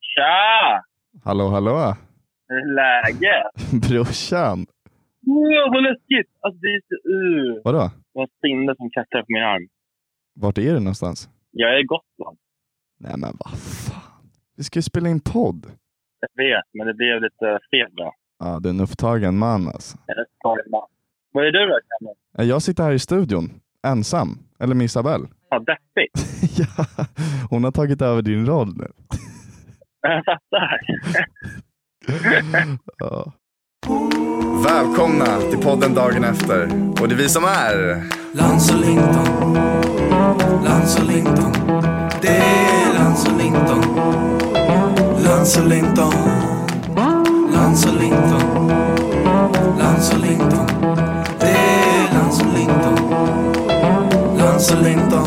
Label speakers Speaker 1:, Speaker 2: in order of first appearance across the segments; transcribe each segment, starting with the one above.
Speaker 1: Tja!
Speaker 2: Hallå, hallå!
Speaker 1: Hur är läget?
Speaker 2: Brorsan!
Speaker 1: Wow, vad läskigt! Alltså, det är så... Uh.
Speaker 2: Vadå?
Speaker 1: Jag har ett sinne som klättrar på min arm.
Speaker 2: Vart är du någonstans?
Speaker 1: Jag är i Gotland.
Speaker 2: Nej men vad fan. Vi ska ju spela in podd.
Speaker 1: Jag vet, men det blev lite fel då.
Speaker 2: Ja, det är en upptagen man alltså.
Speaker 1: Eller storma. Vad är du då, Kalle?
Speaker 2: Ja, Jag sitter här i studion, ensam. Eller med Isabelle.
Speaker 1: Ja, deppigt.
Speaker 2: ja, hon har tagit över din roll nu.
Speaker 1: Jag fattar.
Speaker 2: Ja. Välkomna till podden dagen efter. Och det är vi som är...
Speaker 3: Lans och Linton. Lans och Linton. Det är Lans och Linton. Lans och Linton. Lans och Linton. Lans och Linton. Det är Lans och Linton. Lans och Linton.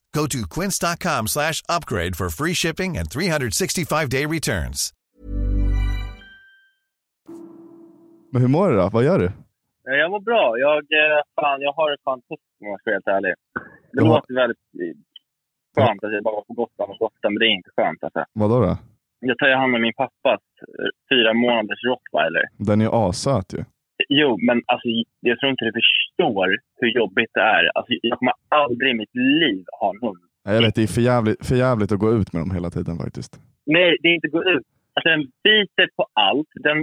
Speaker 4: Go to quince.com slash upgrade for free shipping and 365-day returns.
Speaker 2: Men hur mår du då? Vad gör du?
Speaker 1: Ja, Jag mår bra. Jag, eh, fan, jag har det fan tufft om jag ska vara helt ärlig. Det
Speaker 2: Du har-
Speaker 1: låter väldigt eh, skönt att jag bara var på Gotland och så ofta, men det är inte skönt alltså.
Speaker 2: Vadå då?
Speaker 1: Jag tar ju hand om min pappas eh, fyra månaders rottweiler.
Speaker 2: Den är ju assöt ju.
Speaker 1: Jo, men alltså, jag tror inte du förstår hur jobbigt det är. Alltså, jag kommer aldrig i mitt liv ha en hund.
Speaker 2: Nej, Jag vet, det är för jävligt, för jävligt att gå ut med dem hela tiden faktiskt.
Speaker 1: Nej, det är inte gå ut. Alltså, den biter på allt. Den,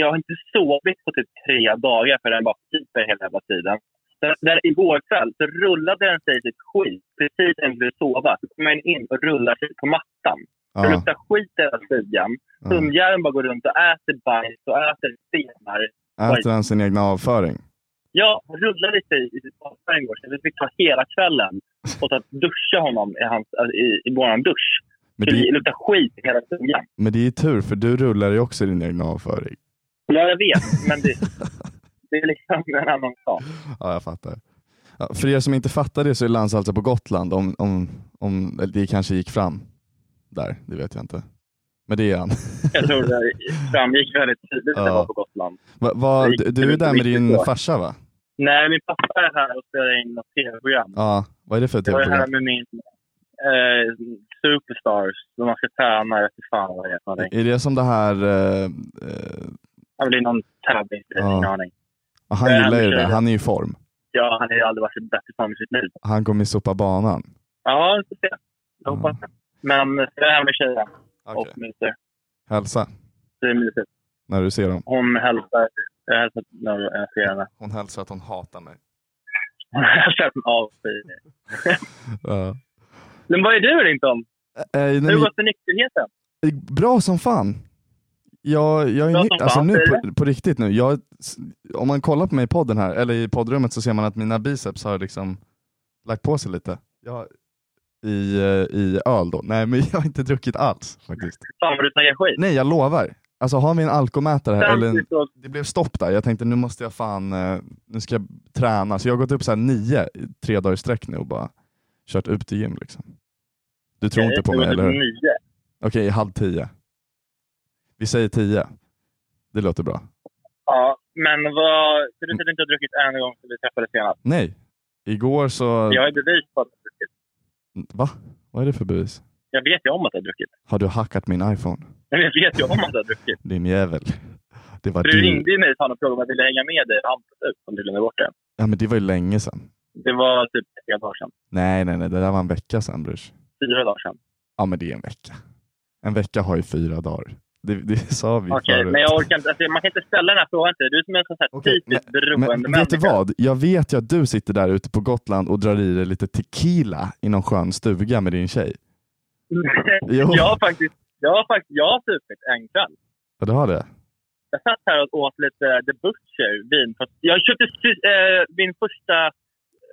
Speaker 1: jag har inte sovit på typ tre dagar för den bara piper hela jävla tiden. Den, där igår kväll så rullade den sig i sitt skit precis när jag skulle sova. Så kommer den in och rullar sig på mattan.
Speaker 2: Ja,
Speaker 1: Det luktar skit i hela stugan.
Speaker 2: ja.
Speaker 1: Hundjäveln bara går runt och äter bajs och äter stenar.
Speaker 2: Äter han sin egna avföring?
Speaker 1: Ja, han rullade lite i sitt badkar igår. Så vi fick ta hela kvällen och att duscha honom i, hans, alltså, i, i vår dusch.
Speaker 2: Men
Speaker 1: Så
Speaker 2: det,
Speaker 1: Det luktar skit i hela stugan.
Speaker 2: men det är ju tur, för du rullar ju också din egna avföring.
Speaker 1: Ja, jag vet. Men det, det är liksom en annan sak.
Speaker 2: Ja, jag fattar. Ja, för er som inte fattar det så är Lans alltså på Gotland, om, om, om eller det kanske gick fram där, det vet jag inte. Men det är han.
Speaker 1: Jag tror det framgick väldigt tydligt när jag
Speaker 2: Ja.
Speaker 1: var på Gotland.
Speaker 2: Va, va,
Speaker 1: Det gick-
Speaker 2: du,
Speaker 1: det
Speaker 2: du är
Speaker 1: gick
Speaker 2: där med
Speaker 1: riktigt
Speaker 2: din
Speaker 1: bra.
Speaker 2: farsa va?
Speaker 1: Nej, min pappa är här och spelar in något tv-program.
Speaker 2: Ja, vad är det för typ
Speaker 1: Jag är här
Speaker 2: tv-program?
Speaker 1: med min eh, Superstars. När man ska träna. Jag vet inte fan vad det är för någonting.
Speaker 2: Är det som det här, eh, eh,
Speaker 1: Ja, men Det är någon tävling. Jag har
Speaker 2: Ja.
Speaker 1: ingen aning.
Speaker 2: ja, han
Speaker 1: Nej,
Speaker 2: gillar ju
Speaker 1: han
Speaker 2: det,
Speaker 1: kör det.
Speaker 2: han är i form.
Speaker 1: Ja, han har ju aldrig varit i bättre form i sitt liv.
Speaker 2: Han kommer ju sopa banan.
Speaker 1: Ja, vi får se. Jag
Speaker 2: Ja.
Speaker 1: hoppas det. Men jag är här med tjejen
Speaker 2: Okej.
Speaker 1: och myser.
Speaker 2: Hälsa
Speaker 1: Det är mysigt.
Speaker 2: när du ser dem.
Speaker 1: Hon hälsar. Jag hälsar när jag ser henne.
Speaker 2: Hon hälsar att hon hatar mig.
Speaker 1: Hon hälsar att hon avskyr mig.
Speaker 2: Ja.
Speaker 1: Men vad är du Rinton?
Speaker 2: Eh,
Speaker 1: Hur har
Speaker 2: nej,
Speaker 1: det gått för nykterheten?
Speaker 2: men- bra som fan. Jag, jag är
Speaker 1: Bra
Speaker 2: ny,
Speaker 1: som
Speaker 2: alltså
Speaker 1: fan,
Speaker 2: nu
Speaker 1: säger
Speaker 2: på, på riktigt nu. Jag, om man kollar på mig i podden här, eller i poddrummet, så ser man att mina biceps har liksom lagt på sig lite. Jag, i, eh, I öl då. Nej, men jag har inte druckit alls faktiskt.
Speaker 1: Fan vad du snackar skit.
Speaker 2: Nej, jag lovar. Alltså har vi en alkomätare här, eller en,
Speaker 1: Samtidigt så-
Speaker 2: det blev stopp där. Jag tänkte nu måste jag fan, eh, nu ska jag träna. Så jag har gått upp så här nio, i tre dagar i sträck nu och bara kört ut till gym liksom. Du tror inte på
Speaker 1: det
Speaker 2: mig,
Speaker 1: var
Speaker 2: eller hur?
Speaker 1: typ nio.
Speaker 2: Okej, halv tio. Vi säger tio. Det låter bra.
Speaker 1: Ja, men vad... Så du säger att du inte har druckit en gång sedan vi träffades senast?
Speaker 2: Nej. Igår så...
Speaker 1: Jag har ju bevis på att du har druckit.
Speaker 2: Va? Vad är det för bevis?
Speaker 1: Jag vet ju om att du har druckit.
Speaker 2: Har du hackat min iPhone?
Speaker 1: Men jag vet ju om att du har druckit.
Speaker 2: Din jävel. Det var
Speaker 1: För du
Speaker 2: du.
Speaker 1: ringde ju mig fan, och frågade om jag ville hänga med dig. Hampus ut som du glömde bort det.
Speaker 2: Ja, men det var ju länge sedan.
Speaker 1: Det var typ tre dagar sedan.
Speaker 2: Nej, nej, nej. Det där var en vecka sedan, brors.
Speaker 1: Fyra dagar sedan.
Speaker 2: Ja, men det är en vecka. En vecka har ju fyra dagar. Det, det sa vi
Speaker 1: Okej,
Speaker 2: förut.
Speaker 1: men jag orkar inte. Alltså, man kan inte ställa den här frågan till dig. Du är som en sån här
Speaker 2: Okej,
Speaker 1: typisk
Speaker 2: Men
Speaker 1: beroende
Speaker 2: vet du vad? Jag vet ju att du sitter där ute på Gotland och drar i dig lite tequila i någon skön stuga med din tjej. Jo.
Speaker 1: jag har faktiskt... Jag har faktiskt... Jag har supit en kväll.
Speaker 2: Ja, du har det?
Speaker 1: Jag satt här och åt lite eh, The Butcher vin. För jag köpte sy- eh, min första...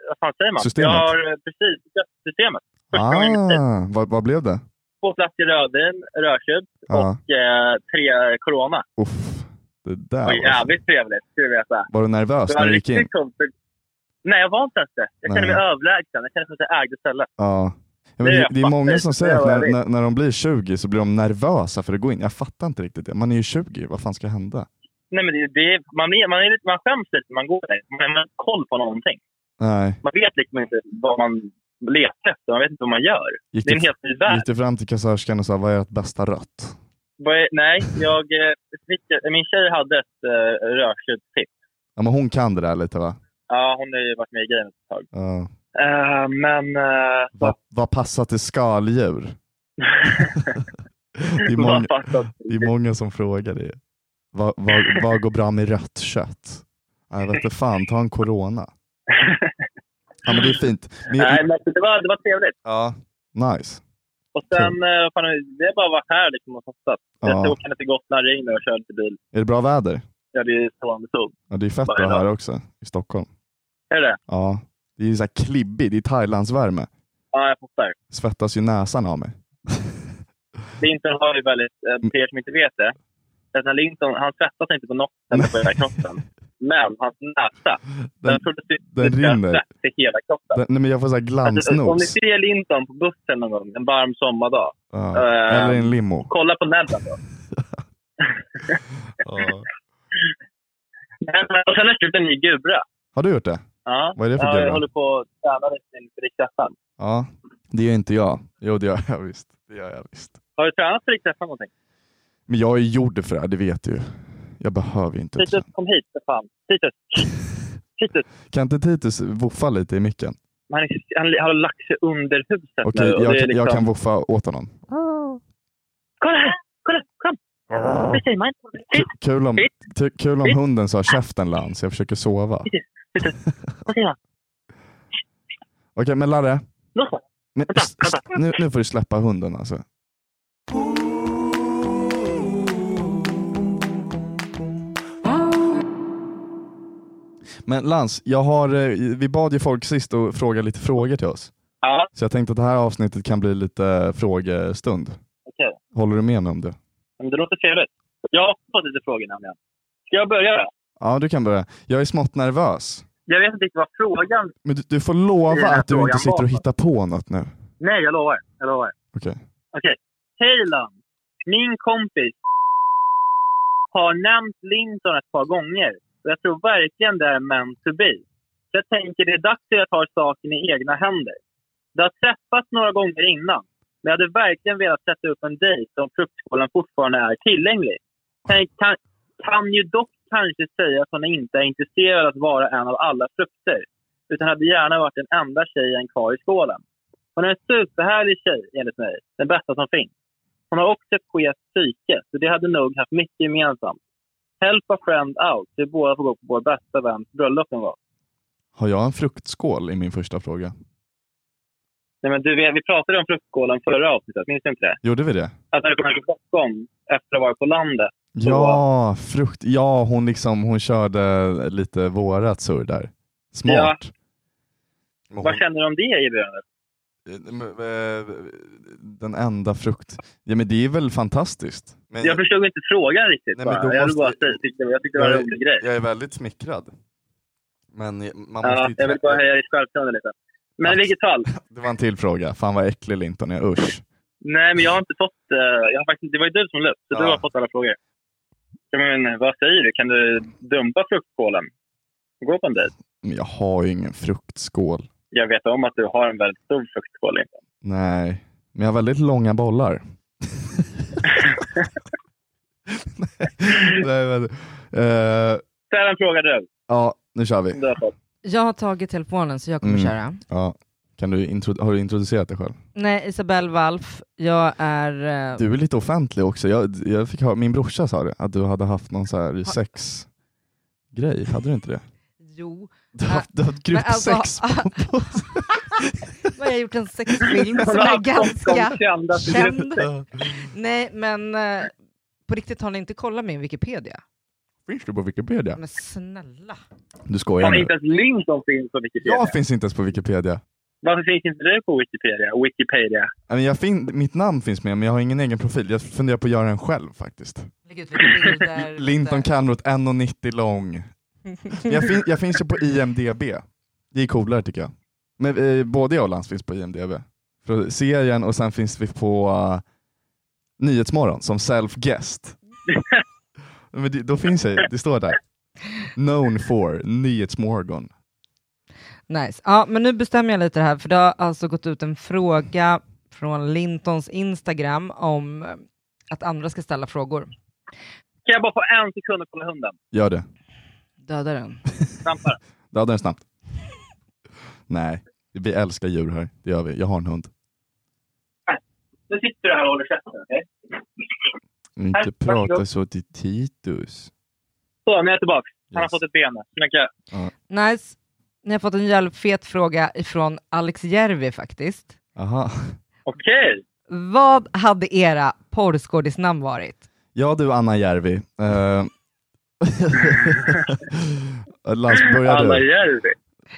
Speaker 1: Vad fan säger man? eh,
Speaker 2: Systemet.
Speaker 1: Jag har eh, precis köpt systemet. Första gången i mitt liv.
Speaker 2: Ah, vad, vad blev det?
Speaker 1: två flaskor rödvin, rödtjut
Speaker 2: Ja.
Speaker 1: och eh, tre corona.
Speaker 2: Uff. Det där
Speaker 1: Det var
Speaker 2: var,
Speaker 1: jävligt trevligt, ska du veta.
Speaker 2: var du nervös när du gick in?
Speaker 1: coolt. Nej, jag var inte ens det. Jag kände
Speaker 2: Nej.
Speaker 1: mig överlägsen. Jag kände mig som att jag ägde stället.
Speaker 2: Ja. Ja, men
Speaker 1: Det är
Speaker 2: det,
Speaker 1: jag
Speaker 2: det är många
Speaker 1: fattar.
Speaker 2: som säger att
Speaker 1: Det är
Speaker 2: när,
Speaker 1: vad jag
Speaker 2: när, när de blir 20 så blir de nervösa för att gå in. Jag fattar inte riktigt det. Man är ju 20, vad fan ska hända?
Speaker 1: Nej, men det, det, är- man, är, man, är, lite- man skäms lite när man går där. Man man har inte koll på någonting.
Speaker 2: Nej.
Speaker 1: Man vet liksom inte vad man letar efter. Man vet inte vad man gör.
Speaker 2: Gick
Speaker 1: Det är
Speaker 2: du,
Speaker 1: en helt ny värld.
Speaker 2: gick du fram till kassörskan och sa vad är ert bästa rött?
Speaker 1: Vad är- Nej, jag, eh, fick- min tjej hade ett uh, rödtjutstips.
Speaker 2: Ja, men hon kan det där lite va?
Speaker 1: Ja, hon har ju varit med i grejen ett tag.
Speaker 2: Ja.
Speaker 1: Eh, men... eh,
Speaker 2: Vad, vad passar till skaldjur? det, är många,
Speaker 1: vad fattar-
Speaker 2: det är många som frågar det. Vad, vad, vad går bra med rött kött? Ja, Jag vet inte fan, ta en corona. Ja men det är fint. Men,
Speaker 1: Nej, men det var, det var trevligt.
Speaker 2: ja, nice.
Speaker 1: Och sen, eh, fan, det har bara varit här liksom och festat. Jag
Speaker 2: Ja.
Speaker 1: åkte ner till Gotland, regn och körde till bil.
Speaker 2: Är det bra väder?
Speaker 1: Ja, det är strålande sol.
Speaker 2: Ja, det är fett
Speaker 1: Varje
Speaker 2: bra
Speaker 1: dag.
Speaker 2: här också, i Stockholm.
Speaker 1: Är det det?
Speaker 2: Ja, det är ju så här klibbig, det är Thailandsvärme.
Speaker 1: Ja, jag fattar.
Speaker 2: Svettas ju näsan av mig.
Speaker 1: Linton har ju väldigt,
Speaker 2: Mm.
Speaker 1: eh, för er som inte vet det, att när Linton, han svettas inte på något ställe på hela kroppen. Men hans näsa, den,
Speaker 2: Den, den rinner.
Speaker 1: svett i hela kroppen.
Speaker 2: den, nej, men jag får så här
Speaker 1: Alltså, om ni
Speaker 2: glansnos.
Speaker 1: ser Linton på bussen någon gång, en varm sommardag,
Speaker 2: Ja.
Speaker 1: eh,
Speaker 2: Eller i en limo.
Speaker 1: kolla på näbben då.
Speaker 2: Ja.
Speaker 1: Men- men- Och sen har jag köpt en ny gura.
Speaker 2: Har du gjort det?
Speaker 1: Ja.
Speaker 2: Vad är det för
Speaker 1: ja,
Speaker 2: gura?
Speaker 1: jag håller på att träna lite inför riksträffen.
Speaker 2: Ja, det gör inte jag. Jo, det gör jag visst. Det gör jag visst.
Speaker 1: Har du tränat för riksträffen någonting?
Speaker 2: Men jag är gjord för det här, det vet du ju. Jag behöver ju inte
Speaker 1: Titus,
Speaker 2: träna.
Speaker 1: Typ kom hit för fan. Typ Titus! Titus!
Speaker 2: Kan inte Titus woofa lite i micken?
Speaker 1: Han, är, han har lagt sig under huset
Speaker 2: Okej,
Speaker 1: nu. och
Speaker 2: jag,
Speaker 1: det är
Speaker 2: kan- jag
Speaker 1: liksom-
Speaker 2: kan woofa åt honom.
Speaker 1: Kolla här! Kolla! Kom! Det säger man inte. Titt,
Speaker 2: Ku- Kul om, ty- kul om hunden sa käften Lans, jag försöker sova. Okej,
Speaker 1: Vad säger man?
Speaker 2: men Larre.
Speaker 1: Nå så.
Speaker 2: Men,
Speaker 1: Vänta,
Speaker 2: s- s- nu, nu får du släppa hunden alltså. Men Lans, jag har, eh, vi bad ju folk sist att fråga lite frågor till oss.
Speaker 1: Ja,
Speaker 2: Så jag tänkte att det här avsnittet kan bli lite eh, frågestund.
Speaker 1: okej.
Speaker 2: Håller du med mig om det?
Speaker 1: Men Det låter trevligt. Jag har fått lite frågor nämligen. Ska jag börja då?
Speaker 2: Ja, du kan börja. Jag är smått nervös.
Speaker 1: Jag vet inte riktigt vad frågan...
Speaker 2: Men du, du får
Speaker 1: Det är den
Speaker 2: lova
Speaker 1: här
Speaker 2: att du
Speaker 1: frågan
Speaker 2: inte sitter och
Speaker 1: bakåt.
Speaker 2: hittar på något nu.
Speaker 1: Nej, jag lovar. Jag lovar.
Speaker 2: Okej.
Speaker 1: Okej. Hej Lans! Min kompis har nämnt Linton ett par gånger. Och jag tror verkligen det är meant to be. Så jag tänker det är dags att jag tar saken i egna händer. Det har träffats några gånger innan. Men jag hade verkligen velat sätta upp en dejt om fruktskålen fortfarande är tillgänglig. Kan, kan, kan ju dock kanske säga att hon inte är intresserad av att vara en av alla frukter. Utan hade gärna varit den enda tjejen kvar i skålen. Hon är en superhärlig tjej, enligt mig. Den bästa som finns. Hon har också ett skevt psyke, så det hade nog haft mycket gemensamt. Help a friend out. Vi båda får gå på vår bästa väns bröllop en gång.
Speaker 2: Har jag en fruktskål i min första fråga?
Speaker 1: Nej, men du, vi- vi pratade om fruktskålen förra avsnittet, minns du inte det?
Speaker 2: Gjorde vi det?
Speaker 1: Att när du kom hem till Stockholm efter att ha varit på landet. Så-
Speaker 2: Ja, frukt. Ja, hon, liksom, hon körde lite vårat surr där. Smart. Men
Speaker 1: Vad känner du om det erbjudandet?
Speaker 2: hon- eh, Den enda frukt. Ja, men det är väl fantastiskt. Men
Speaker 1: Jag förstod inte frågan riktigt.
Speaker 2: Nej, men
Speaker 1: bara.
Speaker 2: då
Speaker 1: Jag, vill bara
Speaker 2: måste-
Speaker 1: säga, jag tyckte, jag tyckte det var en
Speaker 2: Jag-
Speaker 1: rolig grej.
Speaker 2: jag är väldigt smickrad. Men man
Speaker 1: Ja,
Speaker 2: måste
Speaker 1: jag
Speaker 2: ju
Speaker 1: vill bara höja ditt självförtroende lite. Men i
Speaker 2: Absolut.
Speaker 1: vilket fall.
Speaker 2: Det var en till fråga. Fan vad äcklig Linton är. Usch.
Speaker 1: Nej, men jag har inte fått... eh, jag har faktiskt, det var ju du som la upp, så du
Speaker 2: Ja.
Speaker 1: har fått alla frågor. Ja, men, vad säger du? Kan du dumpa fruktskålen? Gå på en dejt.
Speaker 2: Men jag har ju ingen fruktskål.
Speaker 1: Jag vet om att du har en väldigt stor fruktskål. Linton.
Speaker 2: Nej, men jag har väldigt långa bollar. Nej, men, eh,
Speaker 1: Ställ en fråga du.
Speaker 2: ja, nu kör vi.
Speaker 1: som du har fått.
Speaker 5: Jag har tagit telefonen så jag kommer
Speaker 2: Mm.
Speaker 5: köra.
Speaker 2: Ja. Kan du intro- har du introducerat dig själv?
Speaker 5: Nej, Isabelle Walf, jag är... eh,
Speaker 2: Du är lite offentlig också. Jag, jag fick höra, min brorsa sa det, att du hade haft någon så här sexgrej. Hade du inte det?
Speaker 5: Jo,
Speaker 2: Du har haft, du har haft
Speaker 5: men
Speaker 2: gruppsex
Speaker 5: alltså-
Speaker 2: på, på
Speaker 5: jag har gjort en sexfilm
Speaker 1: Hon
Speaker 5: som
Speaker 1: har
Speaker 5: är
Speaker 1: haft
Speaker 5: ganska
Speaker 1: de kända
Speaker 5: känd. Nej, men eh, på riktigt har ni inte kollat min Wikipedia?
Speaker 2: Finns du på Wikipedia?
Speaker 5: Men snälla.
Speaker 2: Du skojar
Speaker 1: Fan,
Speaker 2: nu.
Speaker 1: inte ens Linton finns på
Speaker 2: Jag
Speaker 1: Wikipedia.
Speaker 2: finns inte ens på Wikipedia.
Speaker 1: Varför finns inte du på Wikipedia? Wikipedia?
Speaker 2: Men jag fin- mitt namn finns med, men jag har ingen egen profil. Jag funderar på att göra den själv faktiskt.
Speaker 5: Lägg ut lite bilder.
Speaker 2: Linton Kanroth, 1,90 lång. Jag, fin- jag finns ju på IMDB. Det är coolare tycker jag. Men eh, både jag och Lans finns på IMDB. För serien och sen finns vi på uh, Nyhetsmorgon som self-guest. Men det, då finns jag ju, det står där. Known for Nyhetsmorgon.
Speaker 5: Nice. Ja, men nu bestämmer jag lite det här, för det har alltså gått ut en fråga från Lintons Instagram om eh, att andra ska ställa frågor.
Speaker 1: Kan jag bara få en sekund att kolla hunden?
Speaker 2: Gör det.
Speaker 5: Döda den.
Speaker 1: Trampa den.
Speaker 2: Döda den snabbt. Nej, vi älskar djur här. Det gör vi. Jag har en hund.
Speaker 1: Nu sitter du här och håller käften, okej?
Speaker 2: Inte
Speaker 1: Tack, varsågod.
Speaker 2: prata så till Titus.
Speaker 1: Så, nu är jag tillbaka. Han
Speaker 2: Yes.
Speaker 1: har fått ett ben. nu. Nu kan jag-
Speaker 5: Nice. Ni har fått en jävligt fet fråga ifrån Alex Järvi faktiskt.
Speaker 2: Aha.
Speaker 1: Okej!
Speaker 5: Vad hade era porrskådisnamn varit?
Speaker 2: Ja du Anna Järvi. Uh... Lans, börja
Speaker 1: Alla
Speaker 2: Alltså, du.
Speaker 1: Järvi.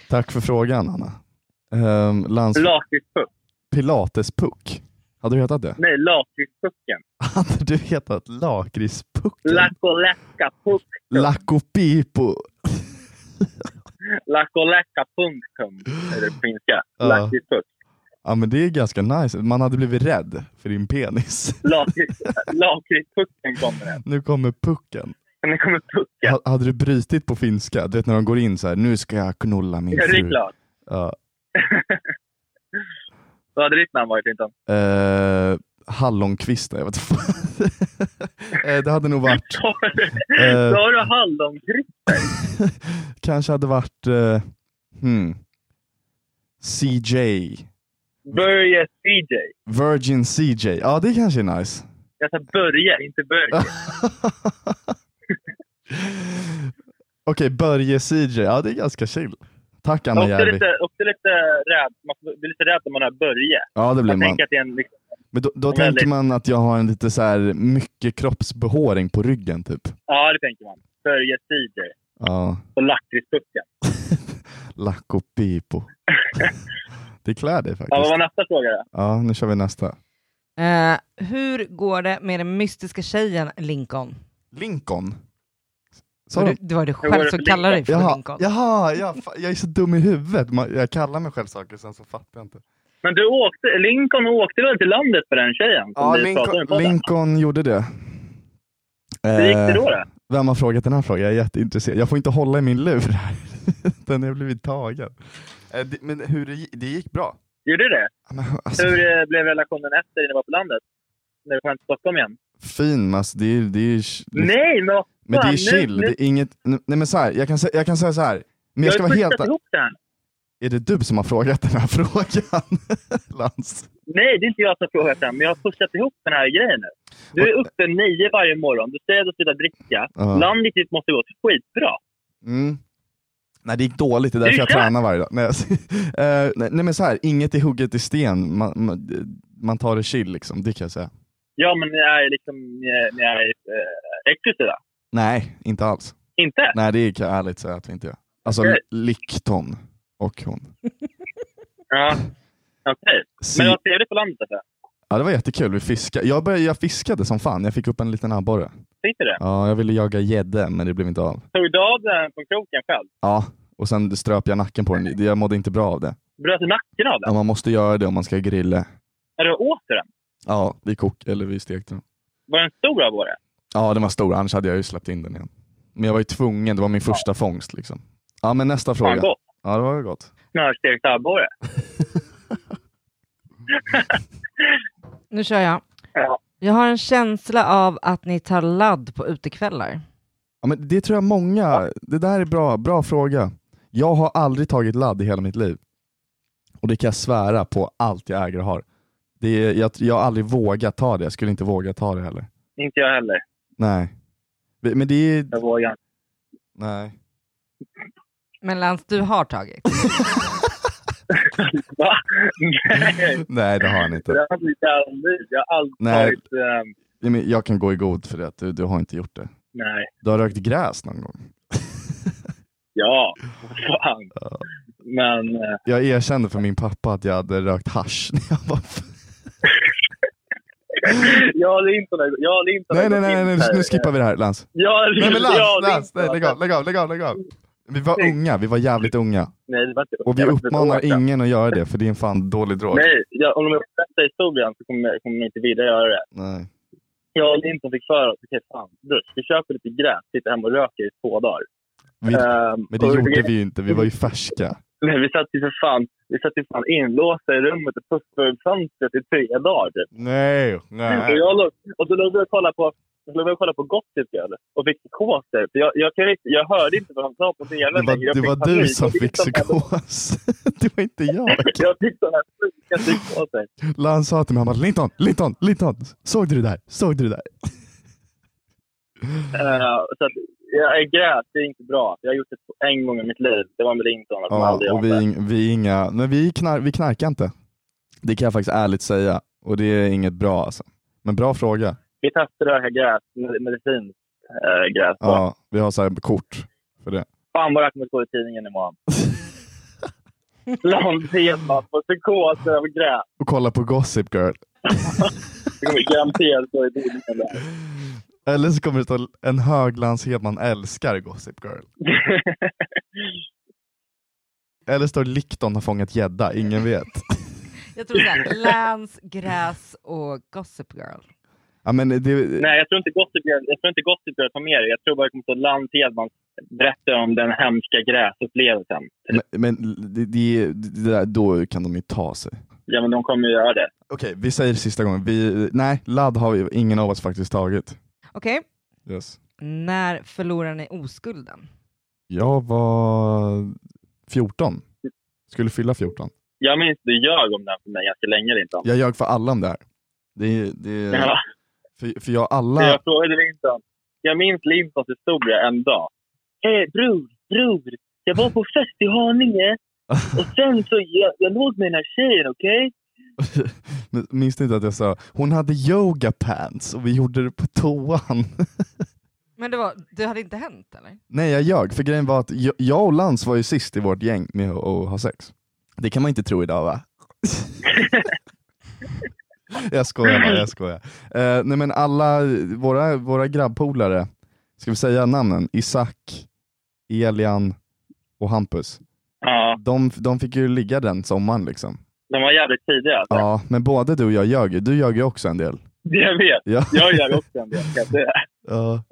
Speaker 2: Tack för frågan Anna. Ehm, Lans,
Speaker 1: Lakritspuck.
Speaker 2: Pilatespuck. Hade du hetat det?
Speaker 1: Nej, lakritspucken.
Speaker 2: Hade du hetat Lakritspucken?
Speaker 1: Lakoläcka puck.
Speaker 2: Lakopipo.
Speaker 1: Lakoläcka punktum. Är det på finska?
Speaker 2: Ja.
Speaker 1: Lakritspuck.
Speaker 2: Ja men det är ganska nice. Man hade blivit rädd för din penis.
Speaker 1: Lakrits- Lakritspucken kommer den.
Speaker 2: nu kommer pucken.
Speaker 1: Den kommer pucken.
Speaker 2: Ha- Hade du brutit på finska? Du vet när de går in så här. nu ska jag knulla min
Speaker 1: Är det
Speaker 2: fru.
Speaker 1: klart?
Speaker 2: Ja.
Speaker 1: Vad hade ditt namn varit, Linton?
Speaker 2: Eh, hallonqvist, jag vet inte. Eh, det hade nog varit, Eh.
Speaker 1: Då har du hallonkryss.
Speaker 2: kanske hade varit, eh, hmm, CJ,
Speaker 1: Börje CJ.
Speaker 2: Virgin CJ. Ja, det kanske är nice.
Speaker 1: Jag sa Börje, inte Börje.
Speaker 2: Okej, Börje CJ. Ja, det är ganska chill. Tack Anna
Speaker 1: Också
Speaker 2: Järvi.
Speaker 1: lite, också lite rädd. Man får- blir lite rädd om man har Börje.
Speaker 2: Ja, det blir
Speaker 1: Man
Speaker 2: man.
Speaker 1: tänker att det är en... Liksom,
Speaker 2: Men då, då
Speaker 1: Väldigt.
Speaker 2: tänker man att jag har en lite så här mycket kroppsbehåring på ryggen typ.
Speaker 1: ja, det tänker man. Börje CJ.
Speaker 2: Ja,
Speaker 1: Och lakritspucken.
Speaker 2: lack och pipo. det klär dig
Speaker 1: Ja, vad
Speaker 2: faktiskt.
Speaker 1: var nästa fråga då?
Speaker 2: Ja, nu kör vi nästa.
Speaker 5: Eh, hur går det med den mystiska tjejen Lincoln?
Speaker 2: Lincoln? Sa
Speaker 5: Var
Speaker 2: de?
Speaker 5: det, det var du
Speaker 1: går
Speaker 5: själv
Speaker 1: det
Speaker 5: som
Speaker 1: för
Speaker 5: kallade dig för
Speaker 2: Jaha,
Speaker 5: Lincoln.
Speaker 2: jaha jag, fa- jag är så dum i huvudet. Man, jag kallar mig själv saker sen så fattar jag inte.
Speaker 1: Men du åkte, Lincoln åkte väl till landet för den tjejen? som
Speaker 2: Ja,
Speaker 1: du pratade om i
Speaker 2: Lincoln,
Speaker 1: podden?
Speaker 2: Lincoln gjorde det.
Speaker 1: Hur gick det
Speaker 2: Eh,
Speaker 1: då? då?
Speaker 2: Vem har frågat den här frågan? Jag är jätteintresserad. Jag får inte hålla i min lur här. Den har blivit tagen. Eh, det, men hur det, gi- det gick bra.
Speaker 1: Gjorde det?
Speaker 2: Ja, Men, alltså,
Speaker 1: Hur eh, blev relationen efter när du var på landet? När du kom till Stockholm igen?
Speaker 2: fin, men alltså, det är, det är,
Speaker 1: Nej, men vad
Speaker 2: men det är
Speaker 1: fan,
Speaker 2: chill.
Speaker 1: Nu, nu,
Speaker 2: Det är inget, nej men så här, jag, kan, sä- jag kan säga så här. Men jag ska
Speaker 1: har
Speaker 2: vara
Speaker 1: ju
Speaker 2: helt
Speaker 1: pussat ihop det här.
Speaker 2: Är det du som har frågat den här frågan? Lans?
Speaker 1: Nej, det är inte jag som har frågat den, men jag har pushat ihop den här grejen nu. Du är uppe nio varje morgon, du säger att du slutar dricka.
Speaker 2: Ja.
Speaker 1: Landet ditt måste gå skitbra.
Speaker 2: Mm. Nej det gick dåligt, det är därför jag
Speaker 1: Det är
Speaker 2: tränar varje dag. Nej, alltså, eh, nej, nej men så här, inget är hugget i sten, man, man, man tar det chill liksom, det kan jag säga.
Speaker 1: Ja, men ni är liksom, ni är, ni är eh, exklusiva.
Speaker 2: Nej, inte alls.
Speaker 1: Inte?
Speaker 2: Nej det kan jag ärligt säga att vi inte gör. Alltså
Speaker 1: Okej.
Speaker 2: Likton och hon.
Speaker 1: Ja. Okej.
Speaker 2: Si-
Speaker 1: Men det var trevligt på landet alltså.
Speaker 2: ja, det var jättekul, vi fiskade. Jag, började, jag fiskade som fan, jag fick upp en liten abborre.
Speaker 1: Tyckte du det?
Speaker 2: Ja, jag ville jaga gädda men det blev inte av.
Speaker 1: Tog du av den från kroken själv?
Speaker 2: Ja, och sen ströp jag nacken på den, jag mådde inte bra av det.
Speaker 1: Bröt du nacken av
Speaker 2: Ja,
Speaker 1: den?
Speaker 2: man måste göra det om man ska grilla.
Speaker 1: Eller åt du den?
Speaker 2: Ja, vi kokade, eller vi stekte den.
Speaker 1: Var den stor abborre?
Speaker 2: Ja, den var stor. Annars hade jag ju släppt in den igen. Men jag var ju tvungen. Det var min första fångst. Liksom. Ja, men nästa
Speaker 1: Fan
Speaker 2: fråga.
Speaker 1: gott.
Speaker 2: Ja, det var ju gott.
Speaker 1: Smörstekt abborre.
Speaker 5: Nu kör jag.
Speaker 1: Ja.
Speaker 5: Jag har en känsla av att ni tar ladd på utekvällar.
Speaker 2: Ja, men det tror jag många... Det där är bra, bra fråga. Jag har aldrig tagit ladd i hela mitt liv. Och det kan jag svära på allt jag äger och har. Det är, jag, jag har aldrig vågat ta det. Jag skulle inte våga ta det heller.
Speaker 1: Inte jag heller.
Speaker 2: Nej. Men det är...
Speaker 1: Jag vågar inte.
Speaker 2: Nej.
Speaker 5: Men Lans, du har tagit.
Speaker 1: Va? Nej.
Speaker 2: Nej, det har han
Speaker 1: Det
Speaker 2: inte.
Speaker 1: har blivit aldrig. Jag har aldrig
Speaker 2: Nej.
Speaker 1: varit... ehm,
Speaker 2: Ja, men Jag kan gå i god för det. att Du, du har inte gjort det.
Speaker 1: nej.
Speaker 2: Du har rökt gräs någon gång.
Speaker 1: Ja. Fan. Men eh,
Speaker 2: Jag erkände för min pappa att jag hade rökt hasch när jag var
Speaker 1: jag Linton jag Linton
Speaker 2: Nej, nej, nej, nej, nej, nu skippar vi det här Lans.
Speaker 1: Jag
Speaker 2: Nej men Lans,
Speaker 1: jag,
Speaker 2: Lans,
Speaker 1: Linton.
Speaker 2: nej, lägg av, lägg av, lägg av, lägg av. Vi var unga, vi var jävligt unga.
Speaker 1: Nej, det var inte-
Speaker 2: Och vi
Speaker 1: jag var inte
Speaker 2: uppmanar
Speaker 1: tillbaka.
Speaker 2: ingen att göra det, för det är en fan dålig drog.
Speaker 1: Nej, jag, om jag berättar historien så kommer, kommer ni inte vilja göra det.
Speaker 2: Nej.
Speaker 1: Jag och Linton fick för oss, okej fan, dusch, vi köper lite gräs, sitter hemma och röker i två dagar. Ehm,
Speaker 2: Vi, men det
Speaker 1: och
Speaker 2: gjorde
Speaker 1: fick-
Speaker 2: vi ju inte, vi var ju färska.
Speaker 1: Nej, vi satt ju för fan, vi satt ju fan inlåsta i rummet och puffade ur fönstret i tre dagar. typ.
Speaker 2: Nej,
Speaker 1: Och,
Speaker 2: nej.
Speaker 1: jag låg, och då låg vi och kollade på då låg vi och kollade på Gottis öl och fick psykoser. För Jag, jag, kan inte- jag hörde inte vad han sa på
Speaker 2: Det
Speaker 1: delen
Speaker 2: var, det var du som fick psykos. Det var inte jag.
Speaker 1: Jag fick sådana sjuka psykoser.
Speaker 2: Lans sa till mig, han bara Linton, Linton, Linton. Såg du det där? Såg du det där?
Speaker 1: Eh, så att, jag är grät, det är inte bra. Jag har gjort det en gång i mitt liv. Det var med Linton att man
Speaker 2: Ja,
Speaker 1: aldrig gör
Speaker 2: och vi,
Speaker 1: det.
Speaker 2: är ing- vi är inga, men vi, knar, vi knarkar inte. Det kan jag faktiskt ärligt säga. Och det är inget bra alltså. Men bra fråga.
Speaker 1: Vi testade röka gräs, med- medicinskt eh, gräs.
Speaker 2: Ja, vi har så här kort för det.
Speaker 1: Fan vad det här kommer stå i tidningen imorgon. Lång tema på psykos över gräs.
Speaker 2: Och kolla på Gossip Girl.
Speaker 1: Det kommer garanterat stå i tidningen. där.
Speaker 2: Eller så kommer det stå en hög Lans Hedman älskar Gossip Girl. Eller står Likton har fångat gädda, ingen vet.
Speaker 5: Jag tror såhär, Lance, Gräs och Gossip Girl.
Speaker 2: Ja, men det,
Speaker 1: Nej, jag tror inte Gossip Girl, jag tror inte Gossip Girl tar med det. Jag tror bara det kommer stå Lans Hedman berättar om den hemska gräsupplevelsen.
Speaker 2: men, men det, det, det där, då kan de ju ta sig.
Speaker 1: Ja, men de kommer ju göra det.
Speaker 2: Okej, vi säger det sista gången. Vi, nej, ladd har vi, ingen av oss faktiskt tagit.
Speaker 5: Okej,
Speaker 2: Yes.
Speaker 5: när förlorar ni oskulden?
Speaker 2: Jag var 14. Skulle fylla 14.
Speaker 1: Jag minns du ljög om den för mig ganska länge, Linton.
Speaker 2: Jag ljög för alla om det här. Det, det,
Speaker 1: Ja.
Speaker 2: för, för jag
Speaker 1: Så
Speaker 2: alla...
Speaker 1: jag frågade Linton. Jag minns Lintons historia en dag. Hej bror, bror. Jag var på fest i Haninge och sen så jag, jag låg med den här tjejen, okej?
Speaker 2: Men Minns ni inte att jag sa hon hade yoga pants och vi gjorde det på toan?
Speaker 5: Men det, var, det hade inte hänt eller?
Speaker 2: Nej jag ljög, för grejen var att jag- jag och Lans var ju sist i vårt gäng med att att ha sex. Det kan man inte tro idag va? jag skojar bara, jag skojar. Eh, nej men alla våra, våra grabbpolare, ska vi säga namnen? Isak, Elian och Hampus.
Speaker 1: Ja,
Speaker 2: De, de fick ju ligga den sommaren liksom.
Speaker 1: de var jävligt tidiga. alltså.
Speaker 2: Ja, men både du och jag ljög ju. Du ljög ju också en del.
Speaker 1: Det jag vet.
Speaker 2: Ja.
Speaker 1: Jag gör också en del. kan jag säga.
Speaker 2: Ja.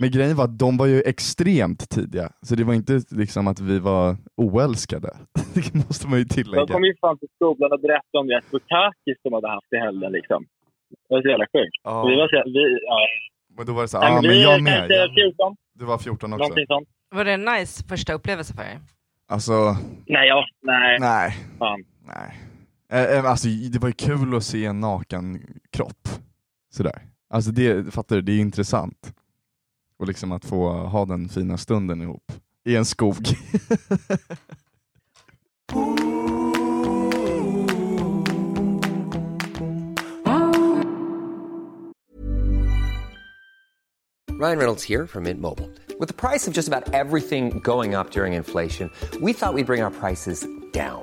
Speaker 2: Men grejen var att de var ju extremt tidiga, så det var inte liksom att vi var oälskade. Det måste man ju
Speaker 1: De
Speaker 2: tillägga.
Speaker 1: kom ju fan till skolan och berättade om deras bukkakis de hade haft i helgen. Liksom. Det var så jävla sjukt. Vi var
Speaker 2: Ja.
Speaker 1: så jävla, vi, ja.
Speaker 2: Men då var det så
Speaker 1: Nej,
Speaker 2: här, ah, men
Speaker 1: vi
Speaker 2: jag med.
Speaker 1: kanske
Speaker 2: Jag,
Speaker 1: 14,
Speaker 2: du var 14 också.
Speaker 1: någonting sånt.
Speaker 5: Var det en nice första upplevelse för er?
Speaker 2: Alltså,
Speaker 1: Nej, ja, nej,
Speaker 2: nej.
Speaker 1: fan.
Speaker 2: nej. Eh, eh, Alltså, det var ju kul att se en naken kropp. Sådär. Alltså, det, fattar du? Det är ju intressant. Och liksom att få ha den fina stunden ihop. I en skog.
Speaker 6: Ryan Reynolds here from Mint Mobile. With the price of just about everything going up during inflation, we thought we'd bring our prices down.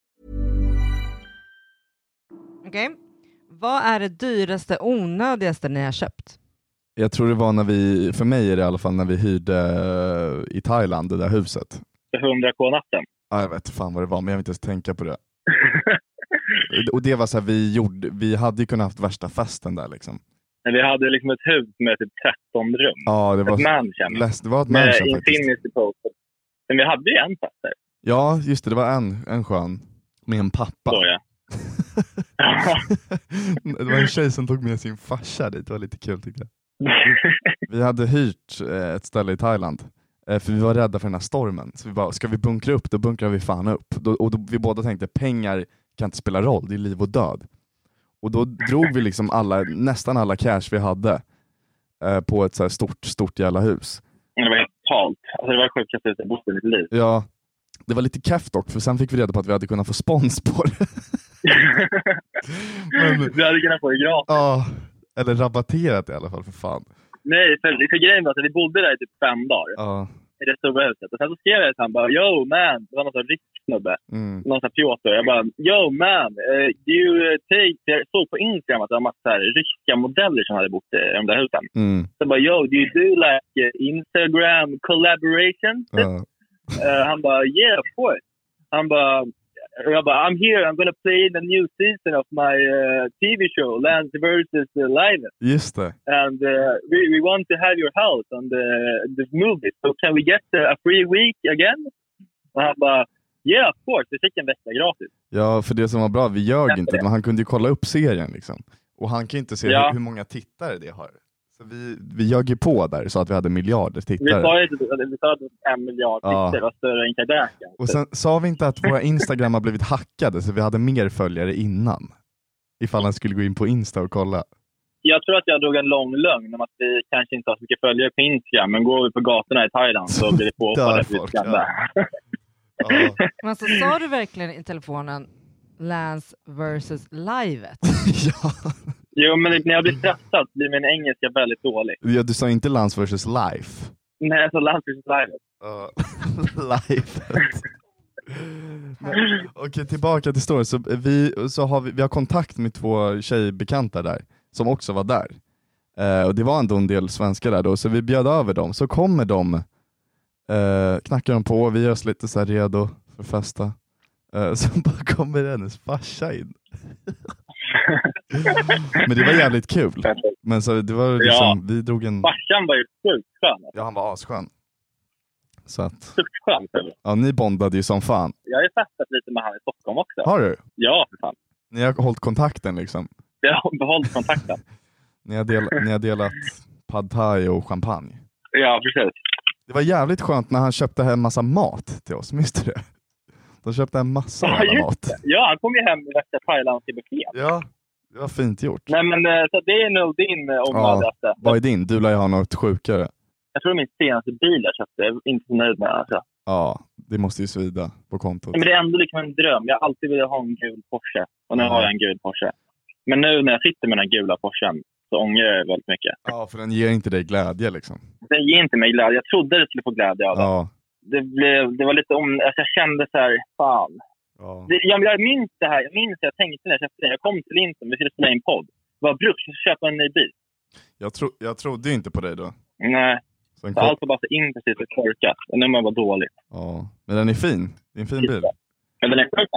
Speaker 5: Okej. Vad är det dyraste onödigaste ni har köpt?
Speaker 2: Jag tror det var när vi, för mig är det i alla fall, när vi hyrde eh, i Thailand, det där huset.
Speaker 1: 100k natten.
Speaker 2: Ja, jag vet fan vad det var, men jag vill inte ens tänka på det. Och det var så här, vi, gjorde, vi hade ju kunnat haft värsta festen där liksom.
Speaker 1: Men vi hade liksom ett hus med typ 13 rum.
Speaker 2: Ja, det var
Speaker 1: ett mansion.
Speaker 2: läs- det var ett
Speaker 1: Med
Speaker 2: mansion faktiskt.
Speaker 1: Infinity Pool. Men vi hade ju en plats där.
Speaker 2: Ja, just det. Det var en, en skön. Med en pappa.
Speaker 1: Så ja.
Speaker 2: det var en tjej som tog med sin farsa dit. Det var lite kul tyckte jag. Vi hade hyrt eh, ett ställe i Thailand. eh, För vi var rädda för den här stormen. Så vi bara, ska vi bunkra upp, då bunkrar vi fan upp. Då, och då, vi båda tänkte, pengar kan inte spela roll, det är liv och död. Och då drog vi liksom alla, nästan alla cash vi hade eh, på ett så här stort, stort jävla hus.
Speaker 1: Men Det var helt kallt. Alltså det var det sjukaste jag bott i mitt liv.
Speaker 2: Ja, det var lite keff dock, för sen fick vi reda på att vi hade kunnat få spons på det. Men-
Speaker 1: Du hade kunnat få det gratis.
Speaker 2: Ja, eller rabatterat i alla fall för fan.
Speaker 1: Nej, för, för grejen var att vi bodde där i typ fem dagar.
Speaker 2: Ja,
Speaker 1: I det stora huset. Och sen så skrev jag till honom bara “Yo man”. Det var någon sån rysk snubbe.
Speaker 2: mm.
Speaker 1: Någon sån här Piotr. Jag bara “Yo man, eh, do you eh, take...” Jag såg på Instagram att det var massa så här ryska modeller som hade bott i de där husen.
Speaker 2: Mm.
Speaker 1: Så jag bara “Yo, do you do like eh, Instagram collaborations?”
Speaker 2: Ja.
Speaker 1: Eh, han bara “Yeah, of course”. Han bara... och Jag bara “I'm here, I'm gonna play in the new season of my eh, TV show, Lance vs. Uh, Linus.
Speaker 2: Just det.
Speaker 1: And uh, we, we want to have your house on the, this movie. So can we get uh, a free week again?” Och han bara “Yeah, of course”. Vi fick en vecka gratis.
Speaker 2: Ja, för det som var bra, vi ljög
Speaker 1: Kanske
Speaker 2: inte,
Speaker 1: det.
Speaker 2: men han kunde ju kolla upp serien liksom. Och han kan ju inte se
Speaker 1: Ja.
Speaker 2: hur, hur många tittare det har. Så vi, vi ljög ju på där så att vi hade miljarder
Speaker 1: Vi
Speaker 2: tittare.
Speaker 1: sa ju typ att- vi sa att en miljard
Speaker 2: Ja.
Speaker 1: tittare var större än Kardashian.
Speaker 2: Och sen sa vi inte att våra Instagram har blivit hackade, så vi hade mer följare innan. Ifall han skulle gå in på Insta och kolla.
Speaker 1: Jag tror att jag drog en lång lögn om att vi kanske inte har så mycket följare på Instagram, men går vi på gatorna i Thailand så blir det
Speaker 2: Dör
Speaker 1: påhoppade. att vi
Speaker 2: folk,
Speaker 1: skrattar.
Speaker 2: Ja,
Speaker 5: Men alltså, sa du verkligen i telefonen Lance versus livet?
Speaker 2: ja.
Speaker 1: Jo, men när jag blir stressad blir min engelska väldigt dålig.
Speaker 2: ja du sa inte Lance vs Life.
Speaker 1: Nej, alltså Landsbygdens live.
Speaker 2: Ja, life. Nej. Okej, tillbaka till storyn. Så vi, så har vi, vi har kontakt med två tjejbekanta där, som också var där. Eh, och Det var ändå en del svenskar där då, så vi bjöd över dem. Så kommer de, eh, knackar de på, vi gör oss lite så här redo för festa. Eh, så bara kommer hennes farsa in. Men det var jävligt kul. Men så det var liksom, vi drog en...
Speaker 1: Farsan var ju sjukt skön.
Speaker 2: Ja, han var asskön. Så att,
Speaker 1: Sjukt skön. kille.
Speaker 2: ja, ni bondade ju som fan.
Speaker 1: Jag har ju festat lite med han i Stockholm också.
Speaker 2: Har du?
Speaker 1: Ja, för fan.
Speaker 2: Ni har hållit kontakten liksom?
Speaker 1: Jag har behållit kontakten.
Speaker 2: Ni har, del, ni har delat pad thai och champagne.
Speaker 1: ja, precis.
Speaker 2: Det var jävligt skönt när han köpte hem massa mat till oss, minns du det? De köpte hem massa
Speaker 1: Ja,
Speaker 2: jävla
Speaker 1: just
Speaker 2: mat.
Speaker 1: Ja, han kom ju hem med värsta thailändska buffén.
Speaker 2: Ja, det var fint gjort.
Speaker 1: Nej, men eh, så det är nog din eh, omvärld. alltså.
Speaker 2: Vad är din? Du lär ju ha något sjukare.
Speaker 1: Jag tror min senaste bil jag köpte. Jag är inte så nöjd med den. Alltså.
Speaker 2: Ja, det måste ju svida på kontot.
Speaker 1: Nej, Men det är ändå liksom en dröm. Jag har alltid velat ha en gul Porsche. Och nu har jag en gul Porsche. Men nu när jag sitter med den här gula Porschen så ångrar jag väldigt mycket.
Speaker 2: Ja, för den ger inte dig glädje liksom.
Speaker 1: Den ger inte mig glädje. Jag trodde det skulle få glädje av den.
Speaker 2: Ja.
Speaker 1: det, blev, det var lite om... Alltså jag kände så här, fan.
Speaker 2: ja.
Speaker 1: Det, jag, jag minns det här. Jag minns hur jag tänkte när jag köpte den. Jag kom till Linton, vi skulle spela in podd. Vad bruks, jag ska köpa en ny bil.
Speaker 2: Jag, tro, jag trodde ju inte på dig då.
Speaker 1: Nej, så
Speaker 2: Sen kom,
Speaker 1: allt var alltså bara så impulsivt och korkat. Och nu är man bara dålig.
Speaker 2: ja. Men den är fin. Det är en fin bil.
Speaker 1: Men den är sjuk.